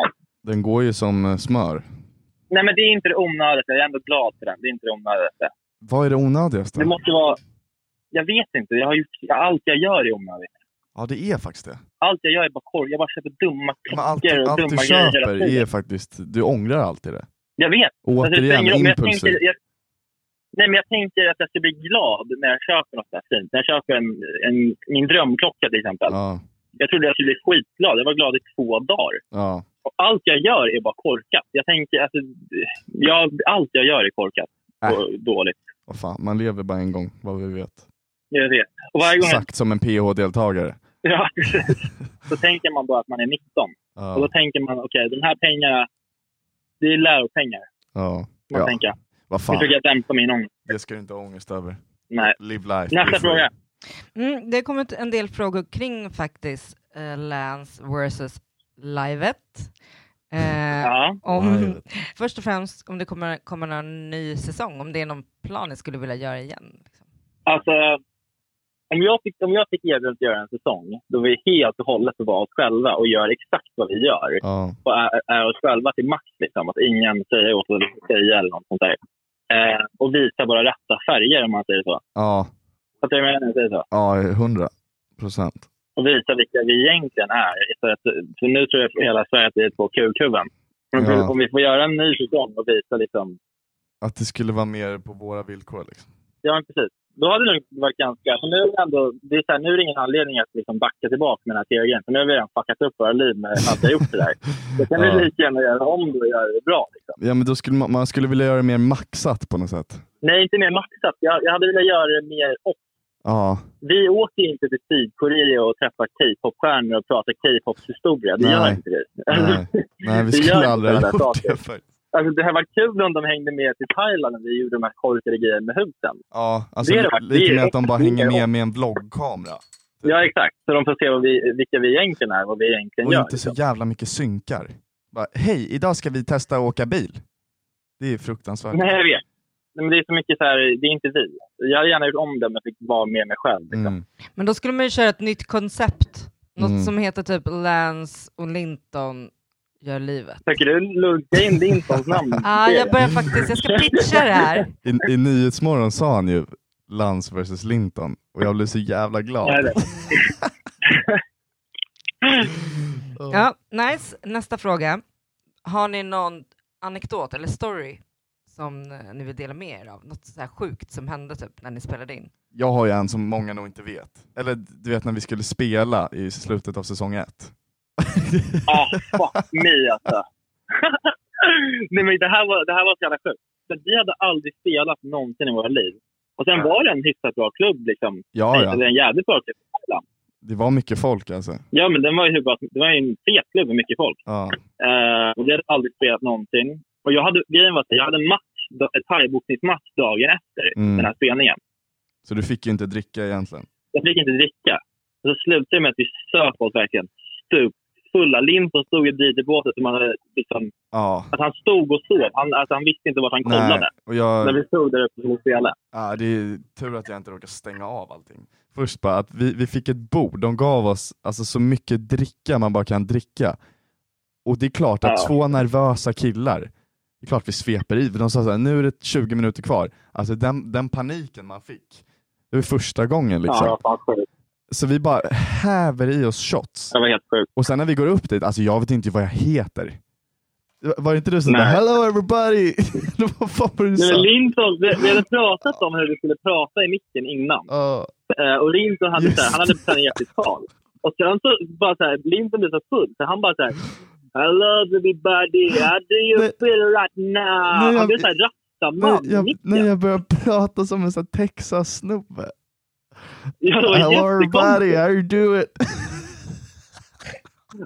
Speaker 2: Den går ju som eh, smör.
Speaker 1: Nej, men det är inte det onödigaste. Jag är ändå glad för den. Det är inte det onödigaste.
Speaker 2: Vad är det
Speaker 1: Det
Speaker 2: onödigaste?
Speaker 1: måste vara... Jag vet inte. Jag har gjort, allt jag gör är onödigt.
Speaker 2: Ja, det är faktiskt det.
Speaker 1: Allt jag gör är bara korv. Jag bara köper dumma
Speaker 2: Men allt,
Speaker 1: klockor och
Speaker 2: allt
Speaker 1: dumma
Speaker 2: du
Speaker 1: grejer hela
Speaker 2: köper
Speaker 1: tiden.
Speaker 2: är faktiskt, du ångrar alltid det.
Speaker 1: Jag vet. Alltså, det
Speaker 2: Återigen,
Speaker 1: spelar ingen roll, men jag
Speaker 2: impulsivt.
Speaker 1: tänker- jag- Nej, men jag tänker att jag ska bli glad när jag köper något där fint. När jag köper en, en, min drömklocka till exempel.
Speaker 2: Ja,
Speaker 1: Jag trodde jag skulle bli skitglad. Jag var glad i två dagar.
Speaker 2: ja.
Speaker 1: Och allt jag gör är bara korkat. Jag tänker, alltså, jag, allt jag gör är korkat och dåligt.
Speaker 2: Vad fan, man lever bara en gång, vad vi vet.
Speaker 1: Jag vet. Och varje gång jag,
Speaker 2: Sagt som en PH-deltagare.
Speaker 1: ja, precis. så tänker man bara att man är 19. Och då
Speaker 2: Ja,
Speaker 1: tänker man, okej, de här pengarna, det är läropengar.
Speaker 2: ja,
Speaker 1: Man
Speaker 2: ja.
Speaker 1: tänker.
Speaker 2: Vad
Speaker 1: Nu
Speaker 2: fan,
Speaker 1: försöker jag dämpa min ångest.
Speaker 2: det ska du inte ha ångest över.
Speaker 1: Nej.
Speaker 2: Live life.
Speaker 1: Nästa
Speaker 2: Live
Speaker 1: fråga.
Speaker 2: life.
Speaker 5: Mm, det har kommit en del frågor kring faktiskt eh, Lance versus livet. Eh,
Speaker 1: Ja.
Speaker 5: om,
Speaker 2: Livet.
Speaker 5: först och främst om det kommer komma någon ny säsong, om det är någon plan ni skulle vilja göra igen. Liksom.
Speaker 1: Alltså, om jag fick, om jag fick erbjudandet att göra en säsong då vi helt och hållet får vara oss själva och gör exakt vad vi gör
Speaker 2: Ja,
Speaker 1: och är, är oss själva till max, liksom, att ingen säger åt oss vad vi ska säga eller något sånt där. Eh, och visa våra rätta färger om man säger så.
Speaker 2: Ja,
Speaker 1: Fattar du vad jag menar? när jag säger så?
Speaker 2: ja 100 procent.
Speaker 1: Och visa vilka vi egentligen är. Istället, för nu tror jag hela Sverige att vi är två kukhuvuden. Om, vi-
Speaker 2: Ja.
Speaker 1: om vi får göra en ny säsong och visa liksom...
Speaker 2: Att det skulle vara mer på våra villkor. Liksom.
Speaker 1: Ja, men precis. Då hade det nog varit ganska... För nu, är det ändå, det är så här, nu är det ingen anledning att liksom backa tillbaka med den här teorin. För nu har vi redan fuckat upp våra liv med att vi har gjort det där. Då kan
Speaker 2: Ja.
Speaker 1: vi lika gärna göra om det och göra det bra. Liksom.
Speaker 2: Ja, men då skulle man, man skulle vilja göra det mer maxat på något sätt.
Speaker 1: Nej, inte mer maxat. Jag, jag hade velat göra det mer off
Speaker 2: Ja,
Speaker 1: Vi åker inte till Sydkorea och träffar K-popstjärnor och pratar K-popshistoria. Det gör
Speaker 2: Nej.
Speaker 1: inte vi.
Speaker 2: nej. nej vi
Speaker 1: Det gör
Speaker 2: skulle
Speaker 1: inte
Speaker 2: aldrig ha
Speaker 1: sådana
Speaker 2: gjort
Speaker 1: saker.
Speaker 2: det. faktiskt.
Speaker 1: Alltså, det hade varit kul om de hängde med till Thailand när vi gjorde de här korkade grejerna med husen.
Speaker 2: Ja, alltså,
Speaker 1: Det är det
Speaker 2: lika
Speaker 1: faktiskt.
Speaker 2: med att de bara hänger
Speaker 1: Det är-
Speaker 2: med med en vloggkamera.
Speaker 1: Ja, exakt. Så de får se vad vi, vilka vi egentligen är vad vi egentligen
Speaker 2: Och
Speaker 1: gör. liksom.
Speaker 2: inte så jävla mycket synkar. Bara, Hej, idag ska vi testa att åka bil. Det är fruktansvärt.
Speaker 1: Nej, jag vet. Nej, Men det är så mycket så här, det är inte vi. Jag hade gärna gjort om det om jag fick vara med mig själv. Liksom.
Speaker 2: Mm.
Speaker 5: Men då skulle man ju köra ett nytt koncept. Något
Speaker 2: Mm.
Speaker 5: som heter typ Lance och Linton gör livet.
Speaker 1: Försöker du lugga in Lintons namn?
Speaker 5: Ah, jag börjar faktiskt, jag ska pitcha det här.
Speaker 2: I, I Nyhetsmorgon sa han ju Lans versus Linton och jag blev så jävla glad.
Speaker 1: Jag vet.
Speaker 5: Ja, nice. Nästa fråga. Har ni någon anekdot eller story som eh, ni vill dela med er av? Något så här sjukt som hände typ när ni spelade in?
Speaker 2: Jag har ju en som många nog inte vet. Eller du vet när vi skulle spela i slutet av säsong ett.
Speaker 1: Ah, fuck me alltså. Nej, men det, här var, det här var så jävla sjukt. För vi hade aldrig spelat någonsin i våra liv. Och sen var det en hyfsat bra klubb. Liksom.
Speaker 2: Ja, ja.
Speaker 1: Eller en jävligt bra klubb. i Thailand.
Speaker 2: Det var mycket folk alltså.
Speaker 1: Ja, men den var ju hur bra, som- det var ju en fet klubb med mycket folk.
Speaker 2: Ja.
Speaker 1: Eh, och vi hade aldrig spelat någonting. Och jag hade, grejen var att jag hade en match, ett thaiboxningsmatch dagen efter
Speaker 2: Mm.
Speaker 1: den här spelningen.
Speaker 2: Så du fick ju inte dricka egentligen.
Speaker 1: Jag fick inte dricka. Och så slutade det med att vi söp oss verkligen Typ stupfulla. Linton stod i DJ-båset som hade liksom
Speaker 2: Ja.
Speaker 1: Att han stod och sov. Han, alltså, han visste inte vart han kollade.
Speaker 2: Nej. Och jag,
Speaker 1: När vi stod där uppe och spelade.
Speaker 2: Ja, det är tur att jag inte råkade stänga av allting. Först bara att vi, vi fick ett bord, de gav oss alltså, så mycket dricka man bara kan dricka. Och det är klart att
Speaker 1: Ja.
Speaker 2: två nervösa killar, det är klart vi sveper i, för de sa såhär, nu är det 20 minuter kvar. Alltså den, den paniken man fick, det var första gången liksom.
Speaker 1: Ja, det var fan sjukt.
Speaker 2: Så vi bara häver i oss shots.
Speaker 1: Det var helt sjukt.
Speaker 2: Och sen när vi går upp dit, alltså jag vet inte vad jag heter. Var det inte du som
Speaker 1: Nej.
Speaker 2: bara, hello everybody? vad fan var det du
Speaker 1: Nej, men
Speaker 2: sa?
Speaker 1: Linton, vi, vi hade pratat om hur vi skulle prata i micken innan.
Speaker 2: Ja.
Speaker 1: Eh, och Linton hade,
Speaker 2: Just
Speaker 1: så här, han hade planerat sitt tal. Och sen så bara så här, Linton blev så full så han bara så här Hello everybody, how do you
Speaker 2: Nej.
Speaker 1: feel right now?
Speaker 2: Nej, jag-
Speaker 1: han blev så här
Speaker 2: Nej,
Speaker 1: rastaman i
Speaker 2: jag,
Speaker 1: micken.
Speaker 2: nej, jag börjar prata som en sån här Texas-snubbe.
Speaker 1: Ja, det var
Speaker 2: Hello everybody,
Speaker 1: jättekonstigt.
Speaker 2: how you do it?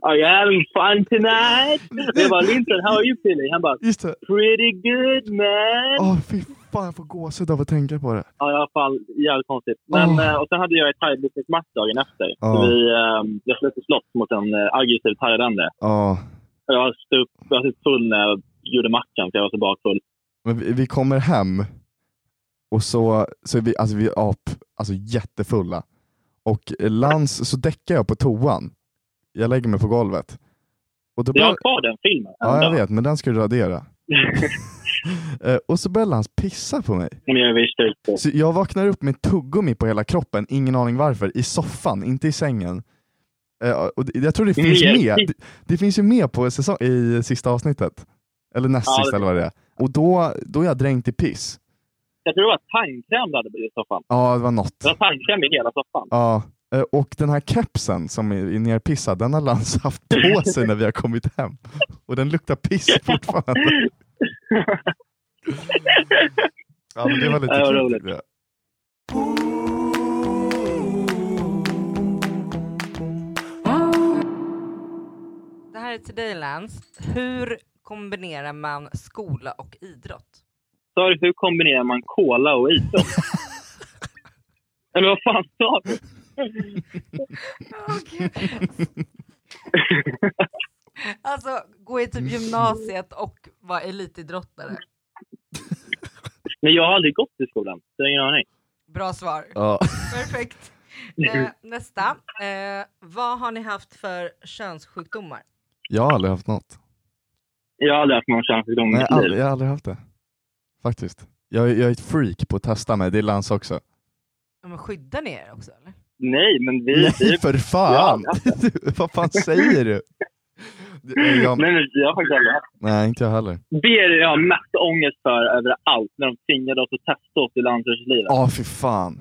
Speaker 1: Are you having fun tonight? Jag bara Linton, how are you feeling? Han bara
Speaker 2: Just det.
Speaker 1: Pretty good man.
Speaker 2: Åh fy fan, jag får gåshud av att tänka på det.
Speaker 1: Ja, i alla fall jävligt konstigt. Men,
Speaker 2: Oh.
Speaker 1: eh, och sen hade jag ett thaiboxningsmatch dagen efter.
Speaker 2: Ja.
Speaker 1: Så vi, eh, jag slöt ett slott mot en eh, aggressiv thailändare.
Speaker 2: Ja,
Speaker 1: Och Jag stod upp, jag var full när jag gjorde matchen, för jag var så bakfull.
Speaker 2: men vi, vi kommer hem och så, så är vi, alltså vi är ap, alltså jättefulla. Och eh, Lans, så däckar jag på toan. Jag lägger mig på golvet. Och då
Speaker 1: Jag
Speaker 2: börjar-
Speaker 1: har kvar den filmen.
Speaker 2: ja, jag
Speaker 1: ändå.
Speaker 2: vet, men den ska du radera. Eh, och så börjar Lans pissa på mig.
Speaker 1: Men jag är visst ute.
Speaker 2: Så jag vaknar upp med tuggummi på hela kroppen, ingen aning varför, i soffan, inte i sängen. Eh, och det- jag tror det finns
Speaker 1: Mer.
Speaker 2: med, det, det finns ju med på säsong, i sista avsnittet. Eller näst
Speaker 1: Ja, det-
Speaker 2: sista eller vad det är. Och då, då är jag dränkt i piss.
Speaker 1: Jag tror det var tandkräm du hade i soffan.
Speaker 2: Ja, det var något.
Speaker 1: Det var tandkräm i hela soffan.
Speaker 2: Ja. eh, Och den här kepsen som är är nerpissad, den har Lans haft på sig när vi har kommit hem. Och den luktar piss fortfarande. Ja, men det var lite
Speaker 1: Ja, vad
Speaker 2: kul.
Speaker 1: roligt.
Speaker 2: tycker jag.
Speaker 5: Det här är till dig Lance. Hur kombinerar man skola och idrott?
Speaker 1: Sa du, hur kombinerar man cola och idrott? Eller vad fan sa du?
Speaker 5: Alltså gå i typ gymnasiet och vara elitidrottare.
Speaker 1: Men jag har aldrig gått i skolan, så jag har ingen aning.
Speaker 5: Bra svar.
Speaker 2: Ja.
Speaker 5: Perfekt. Eh, nästa. Eh, vad har ni haft för könssjukdomar?
Speaker 2: Jag har aldrig haft något.
Speaker 1: Jag har aldrig haft någon chans i gång i
Speaker 2: Nej,
Speaker 1: mitt
Speaker 2: aldrig,
Speaker 1: liv.
Speaker 2: jag har aldrig haft det. Faktiskt. Jag, jag är ett freak på att testa mig, det är Lans också.
Speaker 5: Ja, men skyddar ni er också eller?
Speaker 1: Nej, men vi...
Speaker 2: Nej för fan! Vad fan säger du? Jag,
Speaker 1: Nej, men jag har faktiskt aldrig haft.
Speaker 2: nej, inte jag heller.
Speaker 1: Det är det jag har mest ångest för över allt, när de tvingade oss att testa oss i landslagslivet.
Speaker 2: Ja, fy fan.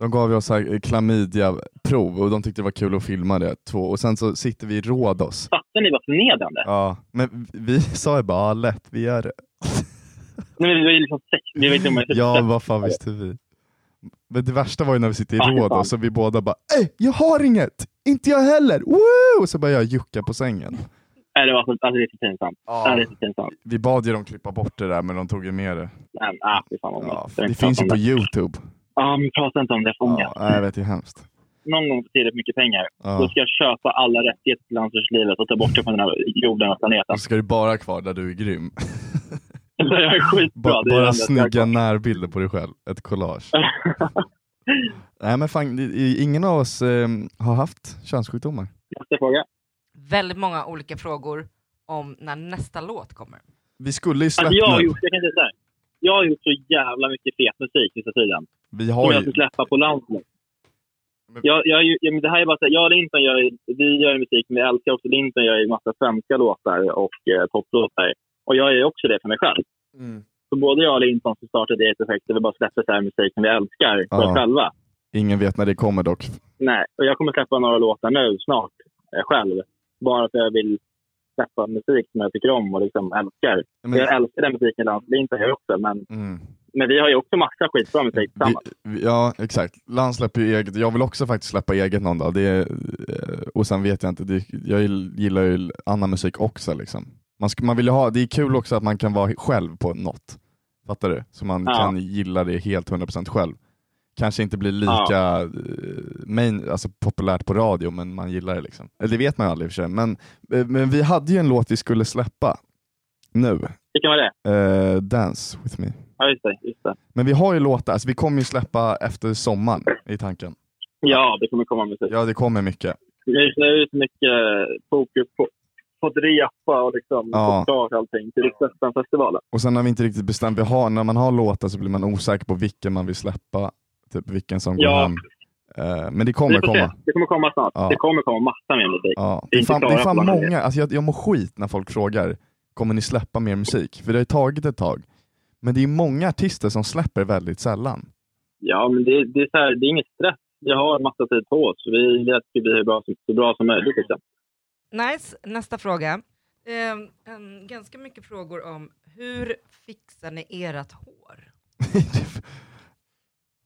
Speaker 2: De gav ju oss så här klamydia-prov och de tyckte det var kul att filma det. Två. Och sen så sitter vi i Rhodos.
Speaker 1: Fattar ni vad förnedrande?
Speaker 2: Ja, men vi- vi sa ju bara ja, lätt, vi gör det.
Speaker 1: Nej, men vi var ju liksom sex, vi var ju dumma i huvudet.
Speaker 2: Ja, vad fan visste vi? Men det värsta var ju när vi sitter i
Speaker 1: Ja, fy fan.
Speaker 2: Rhodos och vi båda bara Ey, jag har inget! Inte jag heller! Woo! Och så börjar jag jucka på sängen.
Speaker 1: Nej, det var så, alltså det är så pinsamt.
Speaker 2: Ja.
Speaker 1: Ja, det är så pinsamt.
Speaker 2: Vi bad ju dem klippa bort det där, men de tog ju med det.
Speaker 1: Men, ah, fy fan vad
Speaker 2: Ja,
Speaker 1: ångest.
Speaker 2: det finns ju på youtube.
Speaker 1: Ja, men prata inte om det, för
Speaker 2: Ja,
Speaker 1: ångest.
Speaker 2: nej, jag vet, det är hemskt.
Speaker 1: Någon gång får tillräckligt mycket pengar,
Speaker 2: Ja.
Speaker 1: då ska jag köpa alla rättigheter till landslagslivet och ta bort det från den här jorden och planeten.
Speaker 2: Då ska du bara ha kvar där du är grym.
Speaker 1: Så jag är skitbra.
Speaker 2: Ba-
Speaker 1: det är det enda
Speaker 2: bara
Speaker 1: jag har
Speaker 2: snygga
Speaker 1: kvar.
Speaker 2: närbilder på dig själv, ett collage. Nej men fan, det- i- ingen av oss eh, har haft könssjukdomar.
Speaker 1: Nästa fråga.
Speaker 5: Väldigt många olika frågor om när nästa låt kommer.
Speaker 2: Vi skulle ju släppt
Speaker 1: Alltså, jag, har
Speaker 2: nu.
Speaker 1: gjort, jag, kan säga så här. jag har gjort så jävla mycket fet musik sista tiden.
Speaker 2: Vi
Speaker 1: Som
Speaker 2: har
Speaker 1: jag ska
Speaker 2: ju...
Speaker 1: släppa på landslaget. Jag, jag, är ju- ja, men det här är bara så här, jag och Linton gör, ju- vi gör ju musik, men jag älskar också Linton gör ju massa svenska låtar och eh, poplåtar. Och jag gör ju också det för mig själv.
Speaker 2: Mm.
Speaker 1: Så både jag och Linton som startade eget projekt, där vi bara släpper så här musik som vi älskar för
Speaker 2: Ja.
Speaker 1: oss själva.
Speaker 2: Ingen vet när det kommer dock.
Speaker 1: Nej, och jag kommer släppa några låtar nu snart eh, själv. Bara för att jag vill släppa musik som jag tycker om och liksom älskar.
Speaker 2: Men-
Speaker 1: Jag älskar den musiken Lance Linton gör också, men,
Speaker 2: Mm.
Speaker 1: men vi har ju också massa skitbra musik
Speaker 2: Vi,
Speaker 1: tillsammans.
Speaker 2: vi, ja exakt. Lan släpper ju eget, jag vill också faktiskt släppa eget någon dag. Det är, eh, och sen vet jag inte, det, jag gillar ju annan musik också liksom. Man, sk- man vill ju ha, det är kul också att man kan vara själv på något. Fattar du? Så man
Speaker 1: Ja.
Speaker 2: kan gilla det helt 100% själv. Kanske inte blir lika eh, main, alltså populärt på radio, men man gillar det liksom. Eller det vet man ju aldrig i och för sig. Men, eh, men vi hade ju en låt vi skulle släppa nu.
Speaker 1: Vilken var det?
Speaker 2: Eh, Dance with me.
Speaker 1: Ja, just det. Just det.
Speaker 2: Men vi har ju låtar, alltså vi kommer ju släppa efter sommaren i tanken.
Speaker 1: Ja, det kommer komma musik.
Speaker 2: Ja, det kommer mycket.
Speaker 1: Just nu är det så mycket eh, fokus på, på att repa och liksom
Speaker 2: Ja.
Speaker 1: få klart allting till Riksdagsfestivalen.
Speaker 2: Och sen har vi inte riktigt bestämt, vi har, när man har låtar så blir man osäker på vilken man vill släppa, typ vilken som går
Speaker 1: Ja.
Speaker 2: hem. Eh, men det
Speaker 1: Vi får
Speaker 2: kommer
Speaker 1: se.
Speaker 2: komma.
Speaker 1: Det kommer komma snart.
Speaker 2: Ja.
Speaker 1: Det kommer komma massa mer musik.
Speaker 2: Ja.
Speaker 1: Vi
Speaker 2: Det
Speaker 1: är
Speaker 2: är
Speaker 1: inte
Speaker 2: fan, det är
Speaker 1: klara på
Speaker 2: fan
Speaker 1: vad det är.
Speaker 2: många, alltså jag, jag mår skit när folk frågar, kommer ni släppa mer musik? För det har ju tagit ett tag. Men det är många artister som släpper väldigt sällan.
Speaker 1: Ja, men det, det, är så här, det är inget stress. Vi har massa tid på oss. Vi vill att det blir bra, som- så bra som möjligt. Liksom.
Speaker 5: Nice, nästa fråga. Ehm, ehm, ganska mycket frågor om hur fixar ni ert hår?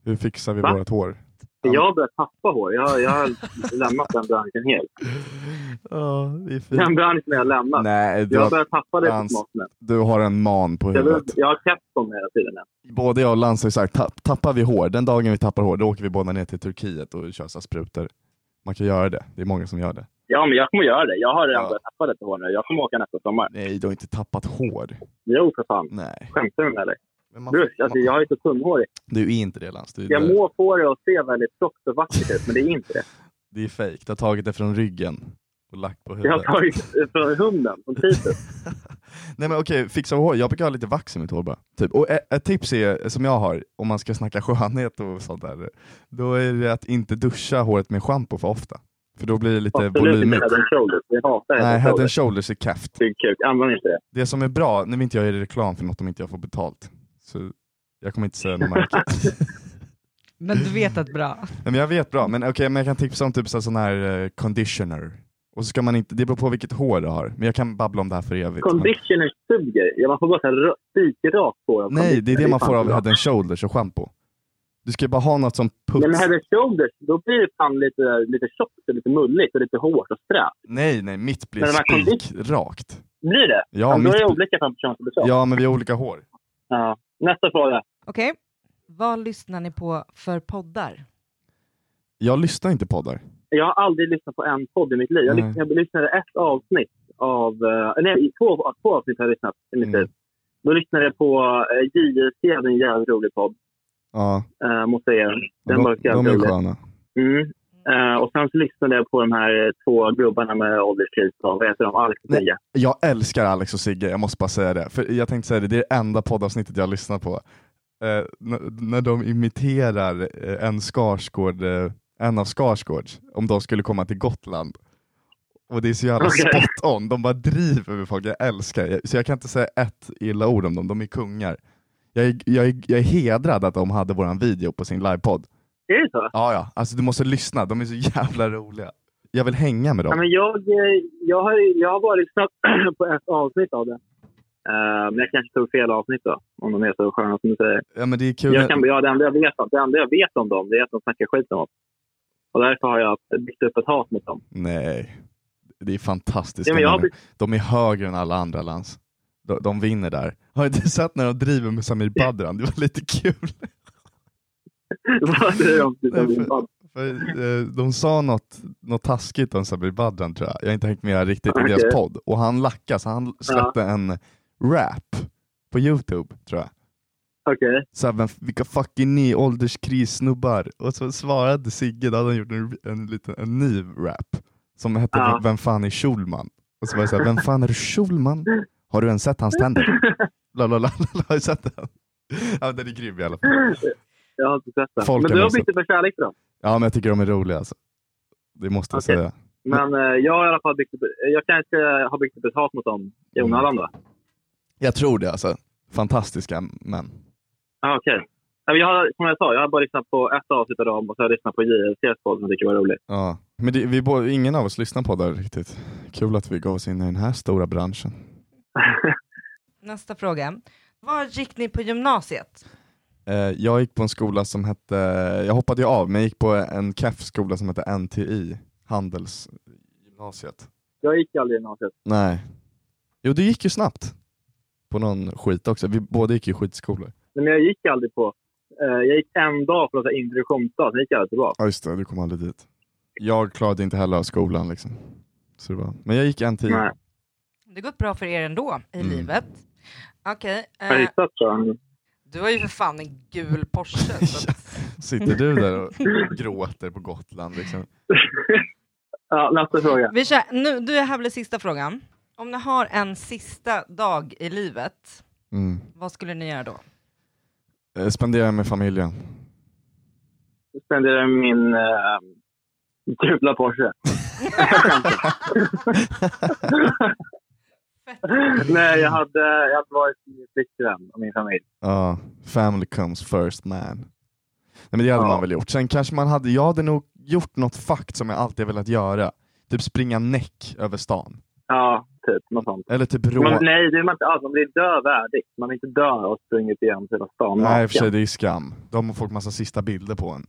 Speaker 2: Hur fixar vi
Speaker 1: Va?
Speaker 2: vårt hår?
Speaker 1: Jag har börjat tappa hår. Jag, har- jag har lämnat den branschen helt.
Speaker 2: Ja, det är fint.
Speaker 1: Den branschen har jag lämnat.
Speaker 2: Nej, du
Speaker 1: jag har
Speaker 2: har,
Speaker 1: börjat tappa det på
Speaker 2: Hans-
Speaker 1: smått nu.
Speaker 2: du har en man på
Speaker 1: Jag,
Speaker 2: huvudet.
Speaker 1: vill- jag har keps på mig hela tiden. nu.
Speaker 2: Både jag och Lantz har ju sagt, tapp, tappar vi hår, den dagen vi tappar hår, då åker vi båda ner till Turkiet och kör så här sprutor. Man kan göra det, det är många som gör det.
Speaker 1: Ja, men jag kommer göra det. Jag har redan
Speaker 2: Ja.
Speaker 1: börjat tappa lite hår nu. Jag kommer åka nästa sommar.
Speaker 2: Nej, du har inte tappat hår.
Speaker 1: Jo, för fan.
Speaker 2: Nej.
Speaker 1: Skämtar du med mig?
Speaker 2: Men man,
Speaker 1: Brush, alltså, jag har ju så tunnhårig.
Speaker 2: Du är inte det Lantz, du,
Speaker 1: Jag
Speaker 2: du,
Speaker 1: må få det att se väldigt tjockt och vackert ut, men det är inte det.
Speaker 2: det är fejk. Du har tagit det från ryggen och lagt på
Speaker 1: Jag har
Speaker 2: huvudet.
Speaker 1: tagit eh, från hunden, från Titus.
Speaker 2: Nej men okej, fixa hår. Jag brukar ha lite vax i mitt hår bara. Typ. Och ett, ett tips är, som jag har, om man ska snacka skönhet och sånt där, då är det att inte duscha håret med schampo för ofta. För då blir det lite
Speaker 1: Absolut inte
Speaker 2: volymigt.
Speaker 1: head and shoulders. Jag hatar head
Speaker 2: Nej,
Speaker 1: and
Speaker 2: head and
Speaker 1: shoulders.
Speaker 2: shoulders är kefft.
Speaker 1: Big kuk. Använd inte det.
Speaker 2: Det som är bra, nu vill inte jag göra reklam för något om inte jag får betalt, så jag kommer inte säga något märke.
Speaker 5: Men du vet att bra.
Speaker 2: Nej, men jag vet bra, men okej, men jag kan tipsa om typ så här sån här eh, conditioner. Och så ska man inte, det beror på vilket hår du har, men jag kan babbla om det här för evigt. Men,
Speaker 1: Conditioner suger. Ja, man får bara så här rö- spikrakt hår av
Speaker 2: nej, det är
Speaker 1: conditioner.
Speaker 2: det man får
Speaker 1: fan
Speaker 2: av
Speaker 1: bra.
Speaker 2: head and shoulders och schampo. Du ska ju bara ha något som puts.
Speaker 1: Men head and shoulders, då blir det fan lite, lite tjockt och lite mulligt och lite hårt och fräscht.
Speaker 2: Nej, nej, mitt blir
Speaker 1: Men de här
Speaker 2: spikrakt.
Speaker 1: Blir det?
Speaker 2: Ja,
Speaker 1: men då är
Speaker 2: mitt
Speaker 1: det
Speaker 2: blir-
Speaker 1: olika från person till person.
Speaker 2: Ja, men vi har olika hår.
Speaker 1: Ja. Nästa fråga.
Speaker 5: Okej, vad lyssnar ni på för poddar?
Speaker 2: Jag lyssnar inte poddar.
Speaker 1: Jag har aldrig lyssnat på en podd i mitt liv. Jag,
Speaker 2: Nej.
Speaker 1: lys- jag lyssnade ett avsnitt av... eh, nej, två, två avsnitt har jag lyssnat i mitt
Speaker 2: Mm.
Speaker 1: liv. Då lyssnade jag på eh, JJC, hade en jävligt rolig podd.
Speaker 2: Ja,
Speaker 1: Uh, måste jag ge den. Den var
Speaker 2: de, de
Speaker 1: jävligt
Speaker 2: är
Speaker 1: rolig.
Speaker 2: sköna.
Speaker 1: Mm. Eh, och sen så lyssnade jag på de här eh, två gubbarna med ålderskris. Vad heter de? Alex och
Speaker 2: Nej.
Speaker 1: Sigge.
Speaker 2: Jag älskar Alex och Sigge, jag måste bara säga det. För jag tänkte säga det, det är det enda poddavsnittet jag har lyssnat på. eh, n- när de imiterar eh, en Skarsgård, eh, en av Skarsgårds, om de skulle komma till Gotland. Och det är så jävla
Speaker 7: Okej.
Speaker 2: spot on, de bara driver med folk, jag älskar det. Så jag kan inte säga ett illa ord om dem, de är kungar. Jag är, jag är, jag är hedrad att de hade våran video på sin livepodd.
Speaker 1: Är det så?
Speaker 2: Ja, ja. Alltså du måste lyssna, de är så jävla roliga. Jag vill hänga med
Speaker 1: Ja,
Speaker 2: dem.
Speaker 1: men jag, eh, jag, har, jag har bara lyssnat på ett avsnitt av det. Eh, men jag kanske tog fel avsnitt då, om de är så sköna som du säger.
Speaker 2: Ja, men det är kul.
Speaker 1: Jag kan, ja, det, enda jag vet, om- det enda jag vet om dem det är att de snackar skit om oss. Och därför har jag byggt upp ett hat mot dem.
Speaker 2: Nej, det är fantastiskt.
Speaker 1: Ja, men jag har
Speaker 2: De är- De är högre än alla andra lands. De, de vinner där. Har du inte sett när de driver med Samir Badran? Det var lite kul.
Speaker 1: Vad är det
Speaker 2: Nej, för, för, eh, de sa något, något taskigt om Samir Badran tror jag. Jag har inte hängt med riktigt i
Speaker 7: Okej.
Speaker 2: deras podd. Och han lackade, så han släppte en rap på Youtube tror jag.
Speaker 1: Okej.
Speaker 2: Så här, "Men vilka fucking ni ålderskrissnubbar. Och så svarade Sigge, då hade han gjort en, en, liten, en ny rap som hette
Speaker 7: Ja.
Speaker 2: Vem fan är Schulman? Och så var det såhär, vem fan är Schulman? Har du ens sett hans tänder? La, la, la, la, la, har du sett den? Ja, den är grym i alla fall.
Speaker 1: Jag har inte sett den.
Speaker 2: Folk
Speaker 1: men
Speaker 2: är
Speaker 1: du har
Speaker 2: missat.
Speaker 1: byggt upp en kärlek till dem.
Speaker 2: Ja, men jag tycker de är roliga alltså. Det måste jag
Speaker 1: Okej.
Speaker 2: säga.
Speaker 1: Men eh, jag har i alla fall byggt upp, jag kanske har byggt upp ett hat mot dem i onödan då.
Speaker 2: Jag tror det alltså. Fantastiska män.
Speaker 1: Ja, Ah, okej. Ja, men Jag har, som jag sa, jag har bara lyssnat på ett avsnitt av dem och så har jag lyssnat på JLCs podd som jag tycker var rolig.
Speaker 2: Ja. Men det, vi, bå- ingen av oss lyssnar på det här riktigt. Kul att vi gav oss in i den här stora branschen.
Speaker 5: Nästa fråga. Var gick ni på gymnasiet?
Speaker 2: Eh, Jag gick på en skola som hette, jag hoppade ju av, men jag gick på en KEF-skola som hette NTI, Handelsgymnasiet.
Speaker 1: Jag gick aldrig i gymnasiet.
Speaker 2: Nej. Jo, det gick ju snabbt. På någon skit också. Vi båda gick ju skitskolor.
Speaker 1: Nej, Men jag gick aldrig på, eh, jag gick en dag på någon sån här introduktionsdag, sen gick jag aldrig tillbaka.
Speaker 2: Ja, just det. Du kom aldrig dit. Jag klarade inte heller av skolan liksom. Så det var. Men jag gick NTI.
Speaker 1: Nej.
Speaker 5: Det gått bra för er ändå i
Speaker 2: Mm.
Speaker 5: livet. Okej. eh,
Speaker 1: Jag gissat tror jag.
Speaker 5: du har ju för fan en gul Porsche. så att-
Speaker 2: Sitter du där och gråter på Gotland liksom?
Speaker 1: Ja, nästa fråga.
Speaker 5: Vi kör, nu, du är här blir sista frågan. Om ni har en sista dag i livet,
Speaker 2: Mm.
Speaker 5: vad skulle ni göra då?
Speaker 2: Eh, Spenderar med familjen.
Speaker 1: Jag spenderade min eh, gula Porsche. Jag skämtar. Nej, jag hade, jag hade varit i flickvän och min familj.
Speaker 2: Ja, family comes first man. Nej men det hade man väl gjort. Sen kanske man hade, jag hade nog gjort något fakt som jag alltid har velat göra. Typ springa näck över stan.
Speaker 1: Ja, typ. Något sånt.
Speaker 2: Eller typ rå...
Speaker 1: Men, nej, det är man inte alls. Man blir dövärdig. Man vill inte dö och sprungit igenom hela stan
Speaker 2: Nej i och för sig,
Speaker 1: naken.
Speaker 2: det är ju skam. De har fått massa sista bilder på en.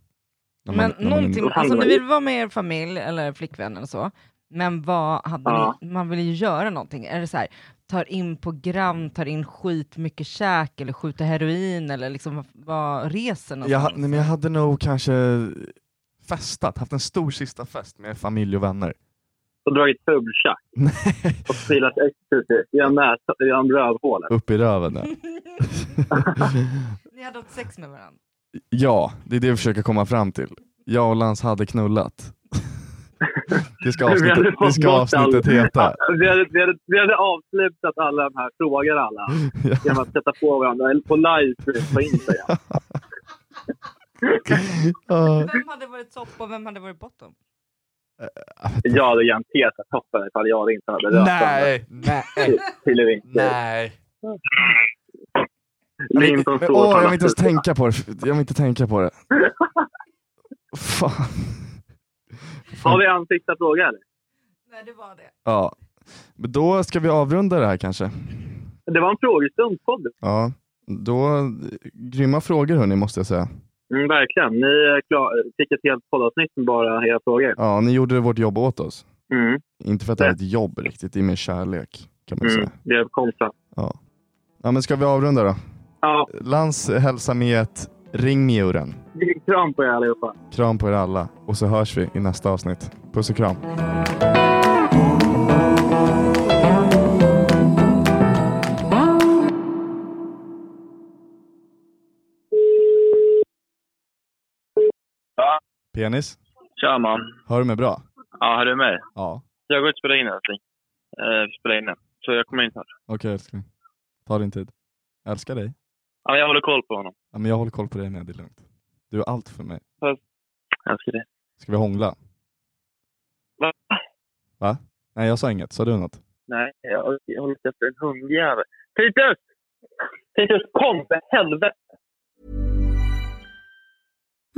Speaker 2: När
Speaker 5: Men
Speaker 2: när
Speaker 5: någonting,
Speaker 2: man,
Speaker 5: alltså om ni vill vara med er familj eller flickvän eller så, men vad hade
Speaker 2: Ja.
Speaker 5: ni, man vill ju göra någonting. Är det så här, tar in program, tar in skit mycket käk eller skjuter heroin eller liksom vad reser
Speaker 2: jag, ha-
Speaker 5: någonstans?
Speaker 2: nej, men jag hade nog kanske festat, haft en stor sista fest med familj och vänner.
Speaker 1: Och dragit fultjack. och filat ecstasy genom näsan- genom rövhålet.
Speaker 2: Upp i röven där.
Speaker 5: Ni hade haft sex med varandra.
Speaker 2: Ja, det är det vi försöker komma fram till. Jag och Lans hade knullat. Det ska
Speaker 1: Vi hade
Speaker 2: avsnittet, det
Speaker 1: fått
Speaker 2: ska
Speaker 1: bort all-
Speaker 2: avsnittet heta.
Speaker 1: Vi hade, vi, hade, vi hade avslutat alla de här frågorna alla genom att sätta på varandra eller på livestream på Instagram.
Speaker 5: Vem hade varit topp och vem hade varit botten?
Speaker 1: Jag hade garanterat varit toppen ifall jag inte hade rört
Speaker 2: Nej,
Speaker 1: nej. Hillevi.
Speaker 2: Nej.
Speaker 1: Min som står
Speaker 2: Men, åh,
Speaker 1: på
Speaker 2: jag vill
Speaker 1: alla
Speaker 2: inte ens
Speaker 1: sidor.
Speaker 2: tänka på det. Jag vill inte tänka på det. Fan.
Speaker 1: Har vi en sista fråga eller?
Speaker 5: Nej, det var det.
Speaker 2: Ja. Men då ska vi avrunda det här kanske.
Speaker 1: Det var en frågestundspodd.
Speaker 2: Ja. Då, grymma frågor hörni, måste jag säga.
Speaker 1: Mm, verkligen. Ni eh, klar, fick ett helt poddavsnitt med bara era frågor.
Speaker 2: Ja, ni gjorde vårt jobb åt oss.
Speaker 1: Mm.
Speaker 2: Inte för att det är ett jobb riktigt, det är mer kärlek kan man
Speaker 1: Mm,
Speaker 2: säga.
Speaker 1: det är kompisar.
Speaker 2: Ja. ja, men ska vi avrunda då?
Speaker 1: Ja.
Speaker 2: Lans hälsa med ett ring muren.
Speaker 1: Kram på er allihopa.
Speaker 2: Kram på er alla och så hörs vi i nästa avsnitt. Puss och kram.
Speaker 1: Ja,
Speaker 2: Penis,
Speaker 1: tja man.
Speaker 2: hör du mig bra?
Speaker 1: Ja, hör du mig?
Speaker 2: Ja.
Speaker 1: Jag går ut och spelar in någonting. Eh, spelar in den. Så jag kommer in snart.
Speaker 2: Okej älskling. Ta din tid. Älskar dig.
Speaker 1: Ja, jag håller koll på honom.
Speaker 2: Ja, men jag håller koll på dig med, det är lugnt. Du är allt för mig.
Speaker 1: Fast- Jag älskar det.
Speaker 2: Ska vi hångla?
Speaker 1: Va?
Speaker 2: Va? Nej, jag sa inget. Sa du något?
Speaker 1: Nej, jag, jag håller inte efter en hundjävel. Titus! Titus, kom för helvete!